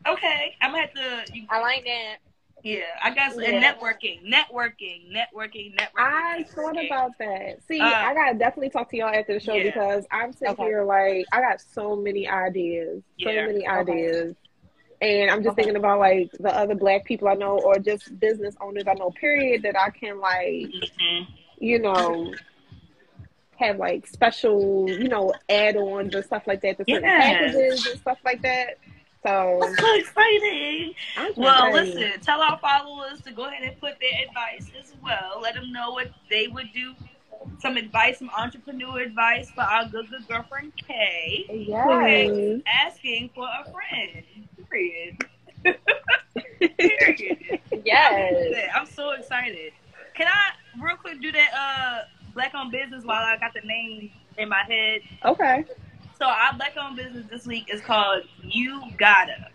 Speaker 2: Okay. I'm gonna have to. You,
Speaker 3: I like that.
Speaker 2: yeah, I guess.
Speaker 3: Yeah.
Speaker 2: And networking, networking, networking, networking.
Speaker 4: I thought
Speaker 2: networking.
Speaker 4: about that. See,
Speaker 2: Uh,
Speaker 4: I gotta definitely talk to y'all after the show
Speaker 2: yeah.
Speaker 4: because I'm sitting
Speaker 3: Okay.
Speaker 4: here like I got so many ideas,
Speaker 2: Yeah.
Speaker 4: so many
Speaker 3: Okay.
Speaker 4: ideas, and I'm just
Speaker 3: Okay.
Speaker 4: thinking about like the other Black people I know or just business owners I know. Period. That I can like
Speaker 2: Mhm.
Speaker 4: you know have like special you know add-ons and stuff like that to certain
Speaker 2: Yes.
Speaker 4: packages and stuff like that. So
Speaker 2: That's so exciting.
Speaker 4: I'm trying to
Speaker 2: Well,
Speaker 4: tell you.
Speaker 2: listen, tell our followers to go ahead and put their advice as well. Let them know what they would do. Some advice, some entrepreneur advice for our good, good girlfriend, Kay.
Speaker 3: Yes.
Speaker 4: Mhm.
Speaker 2: Asking for a friend. Period. Period.
Speaker 3: Yes.
Speaker 2: I'm so excited. Can I real quick do that uh black on business while I got the name in my head?
Speaker 4: Okay.
Speaker 2: So our black on business this week is called You Gotta.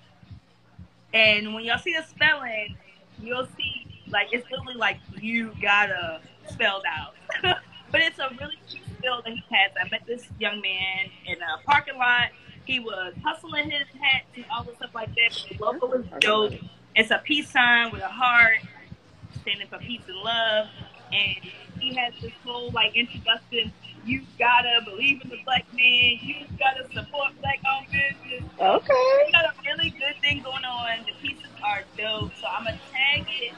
Speaker 2: And when y'all see the spelling, you'll see like it's literally like you gotta spelled out. but it's a really cute skill that he has. I met this young man in a parking lot. He was hustling his hats and all this stuff like that. But the logo was dope. It's a peace sign with a heart, standing for peace and love. And he has this whole like introduction. You gotta believe in the black man. You gotta support black owned business.
Speaker 4: Okay.
Speaker 2: We got a really good thing going on. The pieces are dope, so I'm gonna tag it.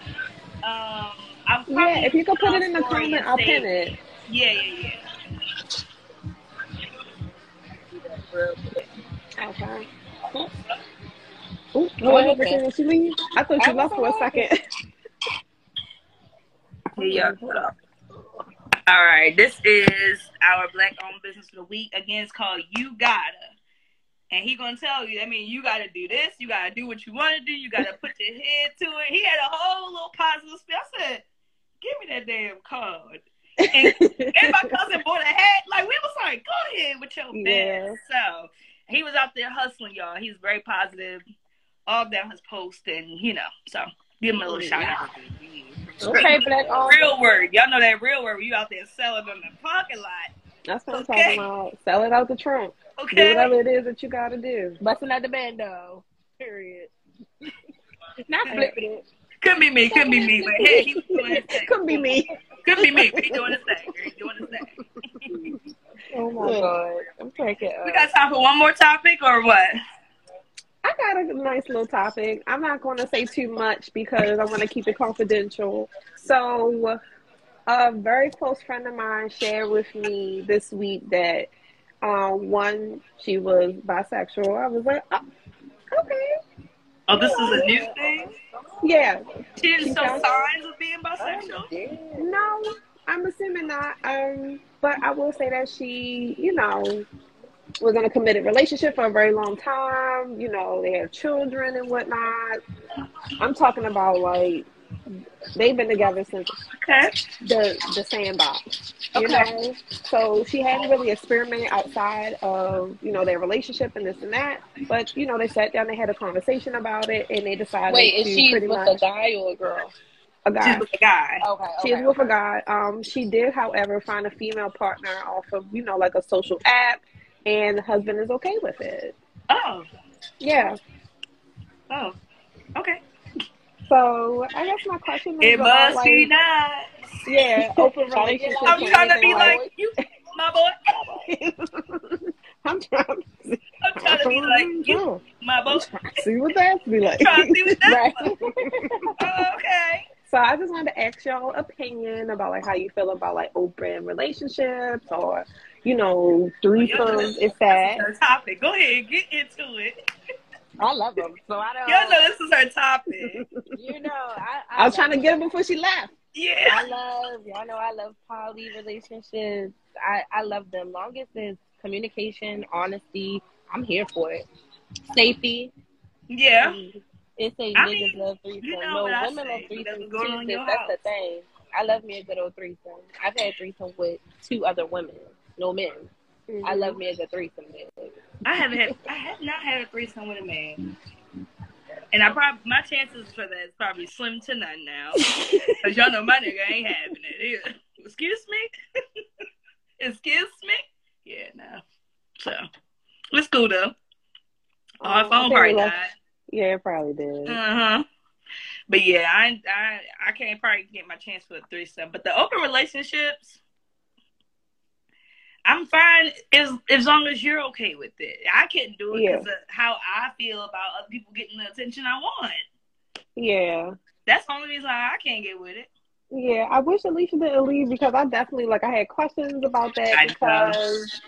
Speaker 2: Um, I'm probably
Speaker 4: Yeah, if you can put it in the
Speaker 2: Story and
Speaker 4: comment, I'll
Speaker 2: say-
Speaker 4: pin it.
Speaker 2: Yeah, yeah, yeah.
Speaker 4: Okay.
Speaker 3: Go
Speaker 4: What
Speaker 3: ahead,
Speaker 4: happened did you leave? I thought you
Speaker 3: I was
Speaker 4: left for a
Speaker 3: alive.
Speaker 4: second.
Speaker 2: Yeah, hold up. All right, this is our black owned business of the week. Again, it's called You Gotta. And he gonna tell you, I mean, you gotta do this, you gotta do what you wanna do, you gotta put your head to it. He had a whole little positive spin. I said, Give me that damn card. And, and my cousin bought a hat. Like we was like, go ahead with your
Speaker 4: Yeah.
Speaker 2: best. So he was out there hustling, y'all. He's very positive, all down his post and you know, so give him a little shout out.
Speaker 3: Okay, black
Speaker 4: um,
Speaker 3: on.
Speaker 2: Real word. Y'all know that real word. You out there selling in the parking lot.
Speaker 4: That's what I'm
Speaker 2: Okay.
Speaker 4: talking about. Sell it out the trunk. Do
Speaker 2: Okay.
Speaker 4: whatever it is that you gotta do.
Speaker 3: Busting at the bando. Period. Not flipping it.
Speaker 2: Could be me. Could be me. But hey, he was doing his thing.
Speaker 4: Couldn't be me.
Speaker 2: Could be me. He doing his thing. He doing his thing.
Speaker 3: Oh my god. I'm cracking up.
Speaker 2: We got time for one more topic or what?
Speaker 4: I got a nice little topic. I'm not going to say too much because I want to keep it confidential. So, a very close friend of mine shared with me this week that um, one, she was bisexual. I was like, oh, okay,
Speaker 2: Oh, this is a new thing.
Speaker 4: yeah,
Speaker 2: She didn't show signs of being bisexual.
Speaker 4: no, I'm assuming not. Um, but I will say that she, you know, was in a committed relationship for a very long time. You know, they have children and whatnot. I'm talking about like they've been together since
Speaker 2: Okay.
Speaker 4: the the sandbox. You
Speaker 2: Okay.
Speaker 4: know? So she hadn't really experimented outside of, you know, their relationship and this and that. But, you know, they sat down, they had a conversation about it and they decided
Speaker 3: Wait, is
Speaker 4: to
Speaker 3: she with
Speaker 4: pretty
Speaker 3: a
Speaker 4: much
Speaker 3: guy or a girl?
Speaker 4: a guy.
Speaker 2: She's with a guy.
Speaker 3: Okay. okay.
Speaker 4: She is with a guy. Um, she did, however, find a female partner off of, you know, like a social app, and the husband is okay with it.
Speaker 2: Oh.
Speaker 4: Yeah.
Speaker 2: Oh. Okay.
Speaker 4: So I guess my question is
Speaker 2: It
Speaker 4: about,
Speaker 2: must be
Speaker 4: like,
Speaker 2: nice.
Speaker 4: yeah, open
Speaker 3: Tryna get
Speaker 4: relationship.
Speaker 3: like-
Speaker 2: I'm trying to be like you, my boy.
Speaker 4: I'm trying. To,
Speaker 2: I'm trying to be like you, my boy.
Speaker 4: See what that be like.
Speaker 2: Trying to see what
Speaker 4: right.
Speaker 2: that's Oh, okay.
Speaker 4: So I just wanted to ask y'all opinion about like how you feel about like open relationships or you know threesomes, if that.
Speaker 2: Her topic. Go ahead, get into it.
Speaker 3: I love them, so I don't.
Speaker 2: Y'all know this is her topic.
Speaker 3: You know, I, I,
Speaker 4: I was trying to
Speaker 3: love-
Speaker 4: get her before she left.
Speaker 2: Yeah.
Speaker 3: I love y'all know I love poly relationships. I I love them. Longest is communication, honesty. I'm here for it. Safety. Mm-hmm.
Speaker 2: Yeah.
Speaker 3: It's a
Speaker 2: I
Speaker 3: niggas
Speaker 2: mean,
Speaker 3: love threesome.
Speaker 2: you know
Speaker 3: no,
Speaker 2: what I
Speaker 3: women
Speaker 2: say,
Speaker 3: love threesome
Speaker 2: whatever going on in
Speaker 3: too.
Speaker 2: your
Speaker 3: That's
Speaker 2: house.
Speaker 3: the thing. I love me a good old threesome. I've had threesome with two other women, no men. I
Speaker 2: Mm-hmm.
Speaker 3: love me a good threesome. Man.
Speaker 2: I haven't had I have not had a threesome with a man. And I probably my chances for that is probably slim to none now, cause y'all know my nigga ain't having it. He- Excuse me, excuse me. Yeah, no. So it's cool though. Oh, our
Speaker 4: I
Speaker 2: phone
Speaker 4: think
Speaker 2: probably
Speaker 4: we
Speaker 2: died.
Speaker 4: left- Yeah, it probably did.
Speaker 2: Uh huh. But yeah, I I I can't probably get my chance for a threesome. But the open relationships, I'm fine as as long as you're okay with it. I can't do it because of how I feel about other people getting the attention I want.
Speaker 4: Yeah.
Speaker 2: That's the only reason I I can't get with it.
Speaker 4: Yeah, I wish Alicia didn't leave because I definitely like I had questions about that
Speaker 2: I know.
Speaker 4: because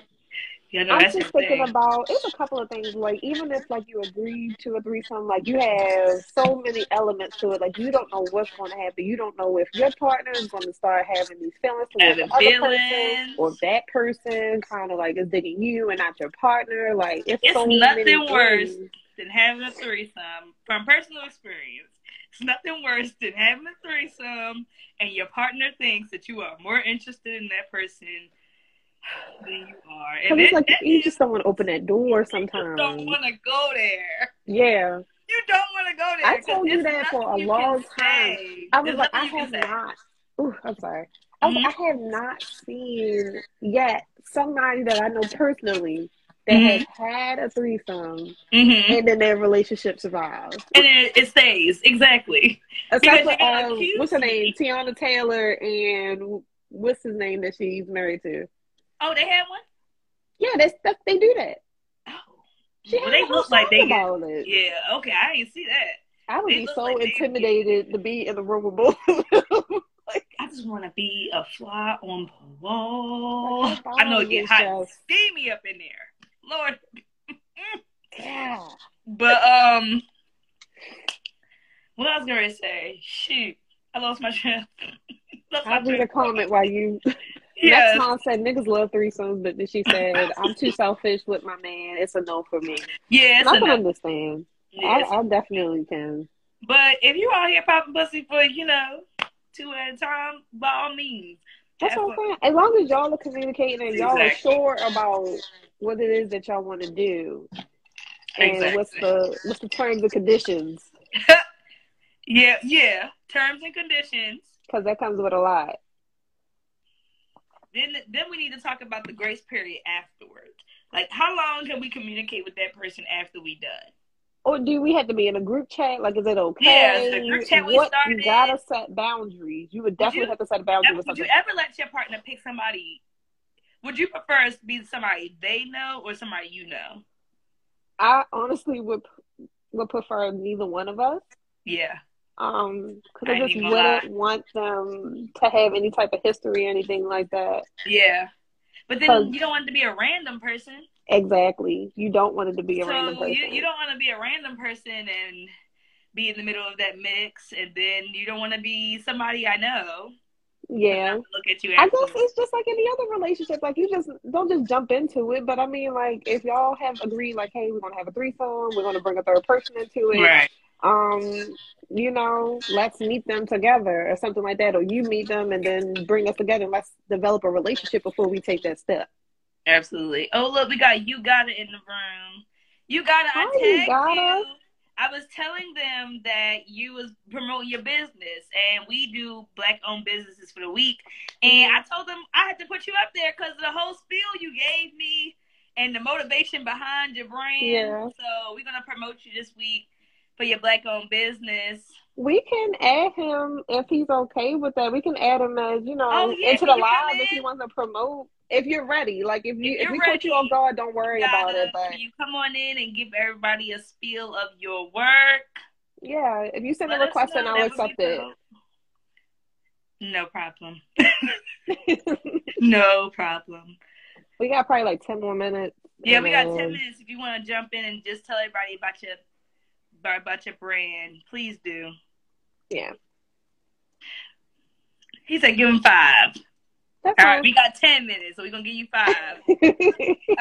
Speaker 2: You know,
Speaker 4: I'm
Speaker 2: that's
Speaker 4: just
Speaker 2: the
Speaker 4: thinking
Speaker 2: thing.
Speaker 4: about it's a couple of things like even if like you agree to a threesome, like you have so many elements to it, like you don't know what's going to happen. You don't know if your partner is going to start having these feelings towards
Speaker 2: Having
Speaker 4: the other person
Speaker 2: feelings.
Speaker 4: or if that person kind of like is digging you and not your partner. Like it's,
Speaker 2: It's
Speaker 4: so many
Speaker 2: nothing worse.
Speaker 4: things.
Speaker 2: than having a threesome from personal experience. It's nothing worse than having a threesome and your partner thinks that you are more interested in that person than you are.
Speaker 4: 'Cause
Speaker 2: And
Speaker 4: it's
Speaker 2: it-
Speaker 4: like
Speaker 2: that
Speaker 4: you
Speaker 2: is-
Speaker 4: just don't want to open that door
Speaker 2: you
Speaker 4: sometimes.
Speaker 2: don't want to go there.
Speaker 4: yeah.
Speaker 2: You don't want to go there.
Speaker 4: I
Speaker 2: 'cause
Speaker 4: told you
Speaker 2: there's
Speaker 4: that for
Speaker 2: nothing
Speaker 4: a
Speaker 2: you
Speaker 4: long
Speaker 2: can
Speaker 4: time.
Speaker 2: say.
Speaker 4: I was
Speaker 2: There's
Speaker 4: like, I
Speaker 2: nothing you
Speaker 4: have
Speaker 2: can say. Mm-hmm.
Speaker 4: not. Ooh, I'm sorry. I, was like, I have not seen yet somebody that I know personally that
Speaker 2: Mm-hmm.
Speaker 4: had had a threesome
Speaker 2: Mhm.
Speaker 4: and then their relationship survived.
Speaker 2: And it, it stays exactly.
Speaker 4: Except
Speaker 2: you're
Speaker 4: for
Speaker 2: gonna
Speaker 4: um,
Speaker 2: accuse
Speaker 4: what's her name,
Speaker 2: me.
Speaker 4: Tiana Taylor, and what's his name that she's married to.
Speaker 2: Oh, they had one.
Speaker 4: Yeah, that's that, they do that.
Speaker 2: Oh,
Speaker 4: She
Speaker 2: Well,
Speaker 4: had
Speaker 2: they
Speaker 4: a whole
Speaker 2: look like
Speaker 4: song
Speaker 2: they get-
Speaker 4: about it.
Speaker 2: yeah. Okay, I didn't see that.
Speaker 4: I would
Speaker 2: they
Speaker 4: be
Speaker 2: look
Speaker 4: so
Speaker 2: like they-
Speaker 4: intimidated to be in the room with both of them.
Speaker 2: I just want to be a fly on the wall.
Speaker 4: Like,
Speaker 2: I know it get hot, and
Speaker 4: yourself.
Speaker 2: steamy up in there, Lord.
Speaker 4: yeah.
Speaker 2: But um, what I was gonna say, shoot, I lost my train. lost my
Speaker 4: I'll read
Speaker 2: train
Speaker 4: a
Speaker 2: of thought.
Speaker 4: comment while you. Next
Speaker 2: Yes,
Speaker 4: mom said niggas love threesomes, but then she said I'm too selfish with my man. It's a no for me.
Speaker 2: yes,
Speaker 4: And I can
Speaker 2: enough.
Speaker 4: understand.
Speaker 2: yes.
Speaker 4: I, I definitely can.
Speaker 2: But if you out here popping pussy for you know two at a time, by all means,
Speaker 4: That's
Speaker 2: Have
Speaker 4: what I'm
Speaker 2: fun.
Speaker 4: saying. As long as y'all are communicating and y'all
Speaker 2: Exactly.
Speaker 4: are sure about what it is that y'all want to do, and what's
Speaker 2: Exactly.
Speaker 4: the what's the terms and conditions,
Speaker 2: yeah, yeah. Terms and conditions.
Speaker 4: because that comes with a lot.
Speaker 2: Then, then we need to talk about the grace period afterwards. Like, how long can we communicate with that person after we done?
Speaker 4: Or do we have to be in a group chat? Like, is it okay?
Speaker 2: Yes, the group chat we
Speaker 4: what,
Speaker 2: started-
Speaker 4: You gotta set boundaries. You would definitely
Speaker 2: you-
Speaker 4: have to set a boundary
Speaker 2: Ever-
Speaker 4: with
Speaker 2: would
Speaker 4: something.
Speaker 2: you ever let your partner pick somebody? Would you prefer it to be somebody they know or somebody you know?
Speaker 4: I honestly would would prefer neither one of us.
Speaker 2: Yeah,
Speaker 4: Um, because
Speaker 2: I
Speaker 4: I
Speaker 2: ain't
Speaker 4: just
Speaker 2: even gonna
Speaker 4: wouldn't want them to have any type of history or anything like that.
Speaker 2: yeah. But
Speaker 4: Cause-
Speaker 2: then you don't want it to be a random person.
Speaker 4: Exactly. You don't want it to be a random
Speaker 2: So
Speaker 4: person.
Speaker 2: you, you don't want to be a random person and be in the middle of that mix, and then you don't want to be somebody I know.
Speaker 4: yeah.
Speaker 2: Look at you.
Speaker 4: I guess
Speaker 2: afterwards.
Speaker 4: it's just like any other relationship. Like you just don't just jump into it. But I mean, like if y'all have agreed, like, hey, we're gonna have a threesome. We're gonna bring a third person into it.
Speaker 2: right.
Speaker 4: Um, you know, let's meet them together or something like that, or you meet them and then bring us together. and Let's develop a relationship before we take that step.
Speaker 2: Absolutely. Oh look, we got you got it in the room. You got it. I
Speaker 4: Hi, you
Speaker 2: tagged
Speaker 4: got
Speaker 2: you.
Speaker 4: it.
Speaker 2: I was telling them that you was promoting your business, and we do black owned businesses for the week.
Speaker 4: Mm-hmm.
Speaker 2: And I told them I had to put you up there because the whole spiel you gave me and the motivation behind your brand.
Speaker 4: Yeah.
Speaker 2: So we're gonna promote you this week for your black owned business.
Speaker 4: We can add him if he's okay with that. We can add him as you know
Speaker 2: Oh, yeah,
Speaker 4: into
Speaker 2: can
Speaker 4: the
Speaker 2: you come
Speaker 4: live if
Speaker 2: in?
Speaker 4: he wants to promote. If you're ready, like if you
Speaker 2: If
Speaker 4: if,
Speaker 2: you're
Speaker 4: we put
Speaker 2: ready,
Speaker 4: you on guard, don't worry about
Speaker 2: Gotta-
Speaker 4: it. But
Speaker 2: you come on in and give everybody a spiel of your work.
Speaker 4: yeah, if you send a
Speaker 2: Let us
Speaker 4: request,
Speaker 2: know.
Speaker 4: then I'll
Speaker 2: That would
Speaker 4: accept
Speaker 2: be
Speaker 4: it.
Speaker 2: dope. No problem. No problem.
Speaker 4: we got probably like ten more minutes.
Speaker 2: Yeah, we got ten
Speaker 4: and then-
Speaker 2: minutes. If you want to jump in and just tell everybody about your about your brand, please do.
Speaker 4: Yeah,
Speaker 2: He said, "Give him five.
Speaker 4: that's
Speaker 2: All
Speaker 4: all.
Speaker 2: right, we got ten minutes, so we're gonna give you five.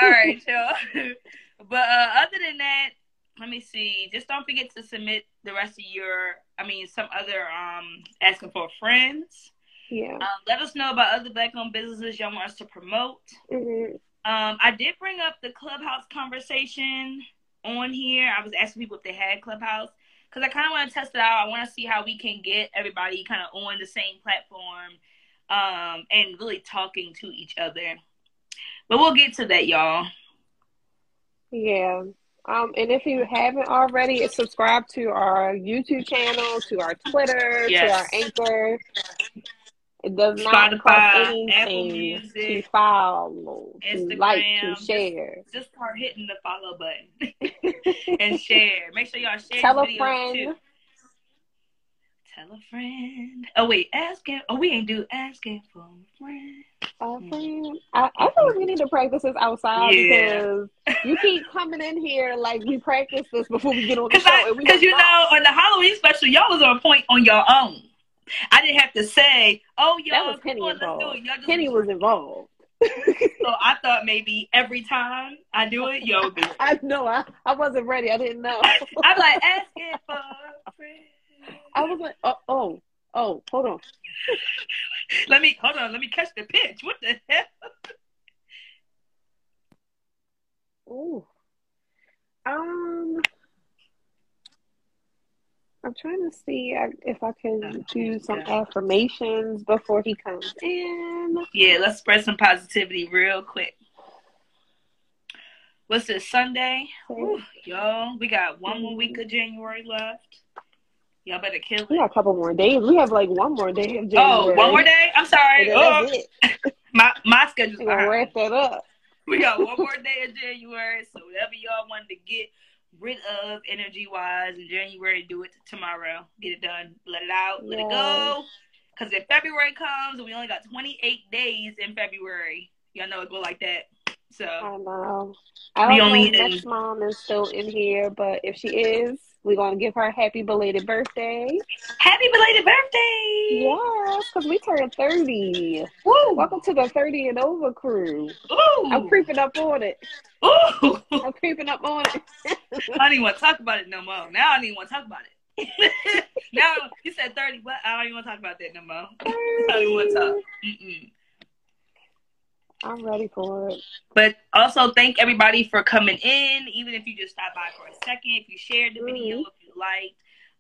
Speaker 2: All right, y'all. But uh, other than that, let me see. Just don't forget to submit the rest of your. I mean, some other um asking for friends.
Speaker 4: yeah.
Speaker 2: Um, let us know about other black-owned businesses y'all want us to promote.
Speaker 4: Mhm.
Speaker 2: Um, I did bring up the clubhouse conversation on here. I was asking people if they had clubhouse. because I kind of want to test it out. I want to see how we can get everybody kind of on the same platform um, and really talking to each other. But we'll get to that, y'all.
Speaker 4: Yeah. Um, and if you haven't already, subscribe to our YouTube channel, to our Twitter, to
Speaker 2: Yes.
Speaker 4: our Anchor. It does not cost
Speaker 2: Spotify, Apple
Speaker 4: anything to
Speaker 2: Music,
Speaker 4: follow, to like, to
Speaker 2: Instagram.
Speaker 4: share.
Speaker 2: just start hitting the follow button and share. Make sure y'all share
Speaker 4: Tell
Speaker 2: this
Speaker 4: a
Speaker 2: video
Speaker 4: friend.
Speaker 2: too. Tell a friend. Oh wait, asking. Oh, we ain't do asking for a friend.
Speaker 4: Uh,
Speaker 2: Mm.
Speaker 4: friend, I, I feel like we need to practice this outside
Speaker 2: Yeah.
Speaker 4: because you keep coming in here like we practice this before we get on the
Speaker 2: Because
Speaker 4: show. and we
Speaker 2: because
Speaker 4: have
Speaker 2: you
Speaker 4: not.
Speaker 2: know on the Halloween special, y'all was on point on your own. I didn't have to say, "Oh, y'all,
Speaker 4: was Kenny
Speaker 2: come on, let's do
Speaker 4: involved.
Speaker 2: it." Y'all just-
Speaker 4: Kenny was involved.
Speaker 2: so I thought maybe every time I do it, y'all do it.
Speaker 4: I know. I, I wasn't ready. I didn't know.
Speaker 2: I'm like asking for a friend.
Speaker 4: I was like, oh, oh, oh, hold on.
Speaker 2: Let me hold on. Let me catch the pitch. What the hell?
Speaker 4: Ooh. Um, I'm trying to see I- if I can do some affirmations before he comes in.
Speaker 2: Yeah, let's spread some positivity real quick. What's this Sunday? Whew, y'all, we got one more week of January left. Y'all better kill it.
Speaker 4: We got a couple more days. We have like one more day of January.
Speaker 2: Oh, one more day. I'm sorry.
Speaker 4: And then
Speaker 2: Oh,
Speaker 4: that's it.
Speaker 2: my my schedule's
Speaker 4: We're gonna
Speaker 2: behind.
Speaker 4: wrap that up.
Speaker 2: We got one more day of January, so whatever y'all wanted to get rid of energy wise in January, do it tomorrow. Get it done. Let it out. Let it go. Because if February comes, we only got 28 days in February. Y'all know it go like that. So
Speaker 4: I know. I
Speaker 2: We
Speaker 4: don't
Speaker 2: only
Speaker 4: know if
Speaker 2: in-
Speaker 4: next mom is still in here, but if she is, we're gonna give her a happy belated birthday.
Speaker 2: happy belated birthday!
Speaker 4: Yes, because we turned thirty.
Speaker 2: Woo!
Speaker 4: Welcome to the thirty and over crew.
Speaker 2: Ooh!
Speaker 4: I'm creeping up on it.
Speaker 2: Ooh! I
Speaker 4: I'm creeping up on it.
Speaker 2: don't even want to talk about it no more. Now I don't even want to talk about it. now you said 30, but I don't even want to talk about that no more. I don't even want to talk. Mm-mm.
Speaker 4: I'm ready for it.
Speaker 2: But also thank everybody for coming in, even if you just stopped by for a second, if you shared the
Speaker 4: Mm-hmm.
Speaker 2: video, if you liked,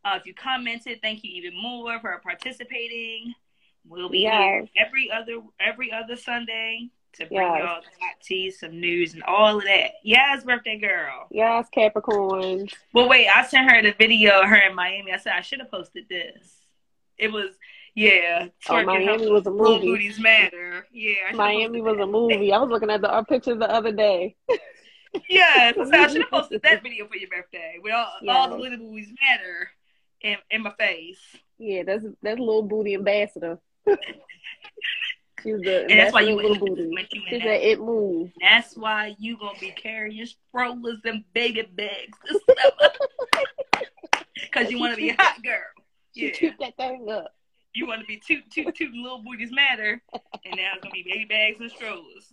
Speaker 2: uh, if you commented, thank you even more for participating. We'll be here
Speaker 4: Yes.
Speaker 2: every other every other Sunday to bring
Speaker 4: Yes.
Speaker 2: y'all hot tea, some news, and all of that. Yes, birthday girl.
Speaker 4: Yes, Oh, Capricorns.
Speaker 2: Well, wait, I sent her the video of her in Miami. I said I should have posted this. It was yeah,
Speaker 4: Oh,
Speaker 2: twerking her
Speaker 4: Miami was a
Speaker 2: little
Speaker 4: movie.
Speaker 2: booties matter. Yeah, I should've
Speaker 4: Miami
Speaker 2: posted
Speaker 4: was
Speaker 2: that.
Speaker 4: a movie. I was looking at the our pictures the other day.
Speaker 2: Yes, so I should have posted that video for your birthday with all, all the
Speaker 4: Yes.
Speaker 2: little boys matter in, in my face.
Speaker 4: Yeah, that's that's little booty ambassador. She's the
Speaker 2: And that's why you
Speaker 4: ambassador of little
Speaker 2: went-
Speaker 4: booty.
Speaker 2: went you in
Speaker 4: She
Speaker 2: that.
Speaker 4: said it moves.
Speaker 2: That's why you gonna be carrying strollers and baby bags because you want to be a hot girl.
Speaker 4: She
Speaker 2: Yeah,
Speaker 4: keep that thing up.
Speaker 2: you want to be toot toot toot little booties matter, and now it's gonna be baby bags and strollers.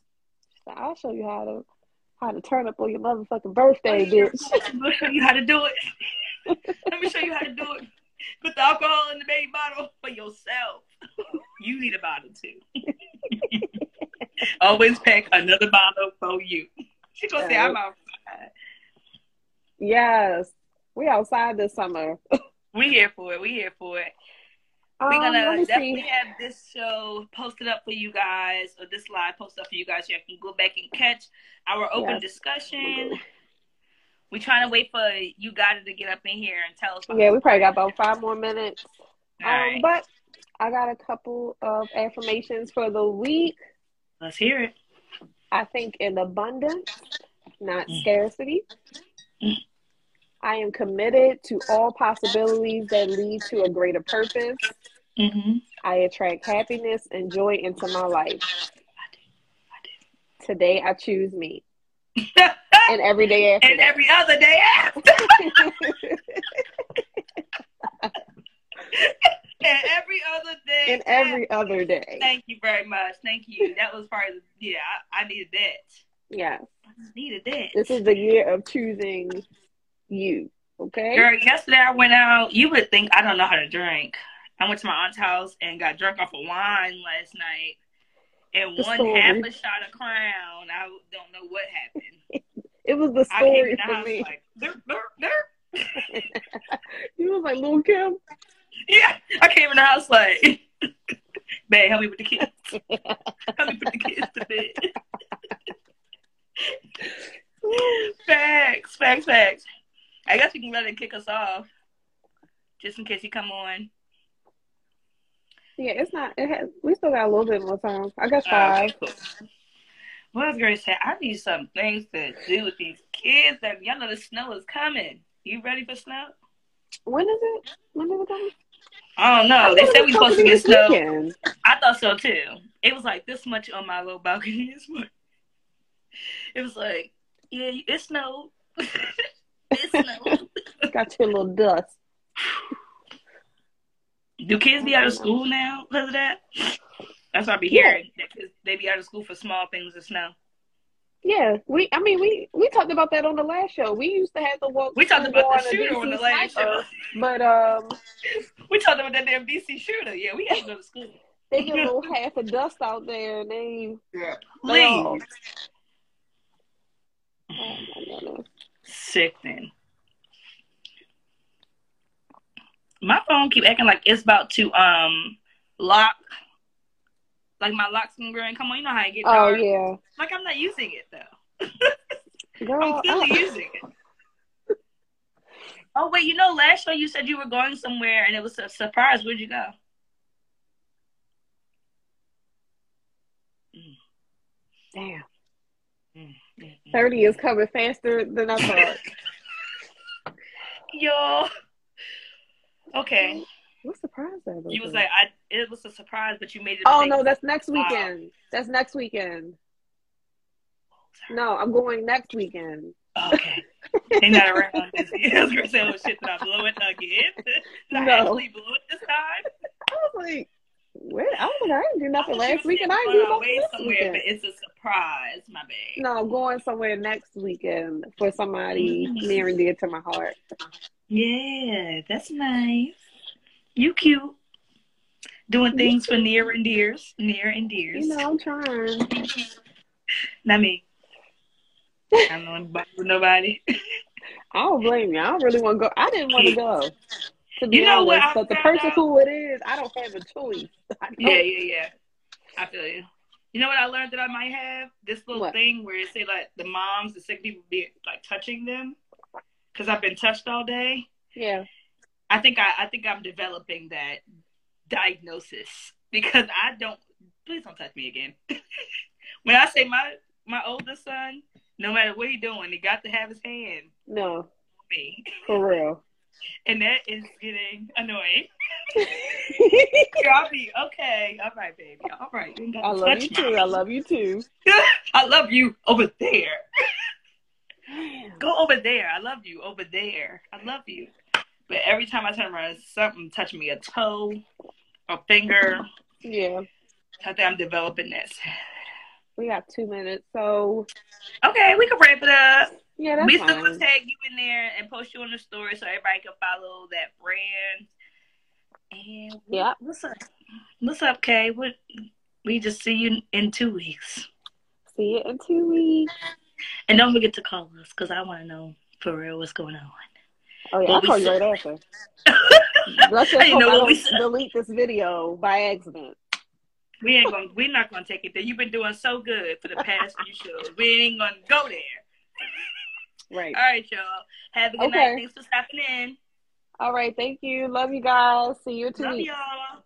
Speaker 4: So I'll show you how to how to turn up on your motherfucking birthday, bitch.
Speaker 2: Let me show you how to do it. Let me show you how to do it. Put the alcohol in the baby bottle for yourself. You need a bottle too. Always pack another bottle for you. She gonna say I'm outside.
Speaker 4: Yes. We outside this summer.
Speaker 2: We here for it. We here for it.
Speaker 4: Um,
Speaker 2: We're
Speaker 4: let
Speaker 2: gonna
Speaker 4: me
Speaker 2: definitely
Speaker 4: see.
Speaker 2: have this show posted up for you guys, or this live posted up for you guys. You can go back and catch our open
Speaker 4: Yes.
Speaker 2: discussion. We trying to wait for you guys to get up in here and tell us.
Speaker 4: Yeah, we probably got about five more minutes.
Speaker 2: All right,
Speaker 4: Um, but I got a couple of affirmations for the week.
Speaker 2: let's hear it.
Speaker 4: I think in abundance, not
Speaker 2: Mm.
Speaker 4: scarcity.
Speaker 2: Mm.
Speaker 4: I am committed to all possibilities that lead to a greater purpose.
Speaker 2: Mm-hmm.
Speaker 4: I attract happiness and joy into my life. Today I choose me. And every day after
Speaker 2: and every other day after.
Speaker 4: that.
Speaker 2: And every other day.
Speaker 4: and every other day.
Speaker 2: Thank you very much. Thank you. That was part of the, yeah, I, I needed that.
Speaker 4: Yeah.
Speaker 2: I needed that.
Speaker 4: This is the year of choosing you. Okay?
Speaker 2: Girl, yesterday I went out. You would think I don't know how to drink. I went to my aunt's house and got drunk off of wine last night. And
Speaker 4: The
Speaker 2: one
Speaker 4: story.
Speaker 2: half a shot of Crown. I don't know what happened.
Speaker 4: It was the
Speaker 2: I came in the
Speaker 4: story for
Speaker 2: house
Speaker 4: me.
Speaker 2: like, derp, derp, derp.
Speaker 4: You was like Lil Kim.
Speaker 2: Yeah, I came in the house like, babe, help me with the kids. help me put the kids to bed. facts, facts, facts. I guess we can let it kick us off, just in case you come on.
Speaker 4: Yeah, it's not. It has, we still got a little bit more time. I guess
Speaker 2: Oh,
Speaker 4: five.
Speaker 2: okay, cool. Well, I was gonna say I need some things to do with these kids. That y'all know the snow is coming. You ready for snow?
Speaker 4: When is it? When is it coming?
Speaker 2: I don't
Speaker 4: I
Speaker 2: know. They
Speaker 4: thought it
Speaker 2: said
Speaker 4: was
Speaker 2: we supposed to
Speaker 4: be
Speaker 2: get
Speaker 4: this
Speaker 2: snow.
Speaker 4: weekend.
Speaker 2: I thought so too. It was like this much on my little balcony. This much. It was like, yeah, it snowed. it snowed.
Speaker 4: Got your little dust.
Speaker 2: Do kids be out of school now because of that? That's what I be hearing. That kids, they be out of school for small things of snow.
Speaker 4: Yeah, we. I mean, we we talked about that on the last show. We used to have the walk.
Speaker 2: We talked about the
Speaker 4: through
Speaker 2: shooter on
Speaker 4: DC
Speaker 2: the last
Speaker 4: sniper,
Speaker 2: show.
Speaker 4: but um,
Speaker 2: We talked about that damn BC shooter. Yeah, we had to go to school.
Speaker 4: they get a little half of dust out there, and they.
Speaker 2: Yeah.
Speaker 4: Oh.
Speaker 2: Please.
Speaker 4: Oh my goodness.
Speaker 2: Sickening. My phone keep acting like it's about to um lock. Like my lock finger and come on, you know how I get
Speaker 4: Oh
Speaker 2: dark.
Speaker 4: yeah,
Speaker 2: Like I'm not using it though.
Speaker 4: girl.
Speaker 2: I'm clearly
Speaker 4: I-
Speaker 2: using it. Oh wait, you know last show you said you were going somewhere and it was a surprise. Where'd you go?
Speaker 4: Mm. damn,
Speaker 2: Mm, mm.
Speaker 4: thirty is coming faster than I thought.
Speaker 2: Yo. Okay.
Speaker 4: What surprise that
Speaker 2: You was like I it was a surprise but you made it a
Speaker 4: Oh
Speaker 2: big-
Speaker 4: no, that's next
Speaker 2: Wow.
Speaker 4: weekend. That's next weekend. No, I'm going next weekend.
Speaker 2: Okay. They're not around this year. I was gonna say, oh shit, did I blow it again? Did I
Speaker 4: No.
Speaker 2: actually blow it this time?
Speaker 4: I was like, wait, I was like, I didn't do nothing
Speaker 2: I thought you
Speaker 4: last
Speaker 2: said
Speaker 4: weekend. I didn't
Speaker 2: going
Speaker 4: do nothing
Speaker 2: away
Speaker 4: this
Speaker 2: somewhere,
Speaker 4: weekend.
Speaker 2: but it's a surprise, my bad.
Speaker 4: No, I'm going somewhere next weekend for somebody
Speaker 2: Mm.
Speaker 4: near and dear to my heart.
Speaker 2: Yeah, that's nice. You cute. Doing things for near and dears. Near and dears.
Speaker 4: You know, I'm trying.
Speaker 2: Not me. I don't know anybody with nobody.
Speaker 4: I don't blame you. I don't really want to go. I didn't want to go. To be
Speaker 2: You know what
Speaker 4: honest,
Speaker 2: I
Speaker 4: but the
Speaker 2: found
Speaker 4: person
Speaker 2: out?
Speaker 4: who it is, I don't have a choice. I don't-
Speaker 2: Yeah, yeah, yeah. I feel you. You know what I learned that I might have this little
Speaker 4: What?
Speaker 2: thing where it say like the moms, the sick people be like touching them because I've been touched all day.
Speaker 4: yeah.
Speaker 2: I think I, I think I'm developing that diagnosis because I don't. Please don't touch me again. when I say my my oldest son, no matter what he doing, he got to have his hand
Speaker 4: No,
Speaker 2: on me,
Speaker 4: for real.
Speaker 2: and that is getting annoying. I'll be okay. All right, baby. All right. You ain't gotta
Speaker 4: I love
Speaker 2: touch
Speaker 4: you
Speaker 2: me.
Speaker 4: too. I love you too.
Speaker 2: I love you over there. Go over there. I love you over there. I love you. But every time I turn around, something touching me a toe, a finger.
Speaker 4: Yeah.
Speaker 2: I think I'm developing this.
Speaker 4: We got two minutes, so
Speaker 2: Okay, we can wrap it up.
Speaker 4: yeah, that's
Speaker 2: we still gonna
Speaker 4: fine.
Speaker 2: tag you in there and post you on the story so everybody can follow that brand. And what-
Speaker 4: Yep.
Speaker 2: what's up? What's up, Kay? What we just see you in two weeks.
Speaker 4: See you in two weeks.
Speaker 2: And don't forget to call us because I wanna know for real what's going on.
Speaker 4: Oh yeah,
Speaker 2: Well,
Speaker 4: I'll
Speaker 2: we
Speaker 4: call you
Speaker 2: said-
Speaker 4: right after. Let's just
Speaker 2: I didn't
Speaker 4: hope
Speaker 2: know
Speaker 4: I
Speaker 2: what we
Speaker 4: don't
Speaker 2: said.
Speaker 4: delete this video by accident.
Speaker 2: We ain't gonna. We're not gonna take it there. You've been doing so good for the past few shows. We ain't gonna go there.
Speaker 4: Right.
Speaker 2: All right, y'all. Have a good
Speaker 4: Okay.
Speaker 2: night. Thanks for stopping in.
Speaker 4: All right. Thank you. Love you guys. See you in two
Speaker 2: Love
Speaker 4: weeks.
Speaker 2: y'all.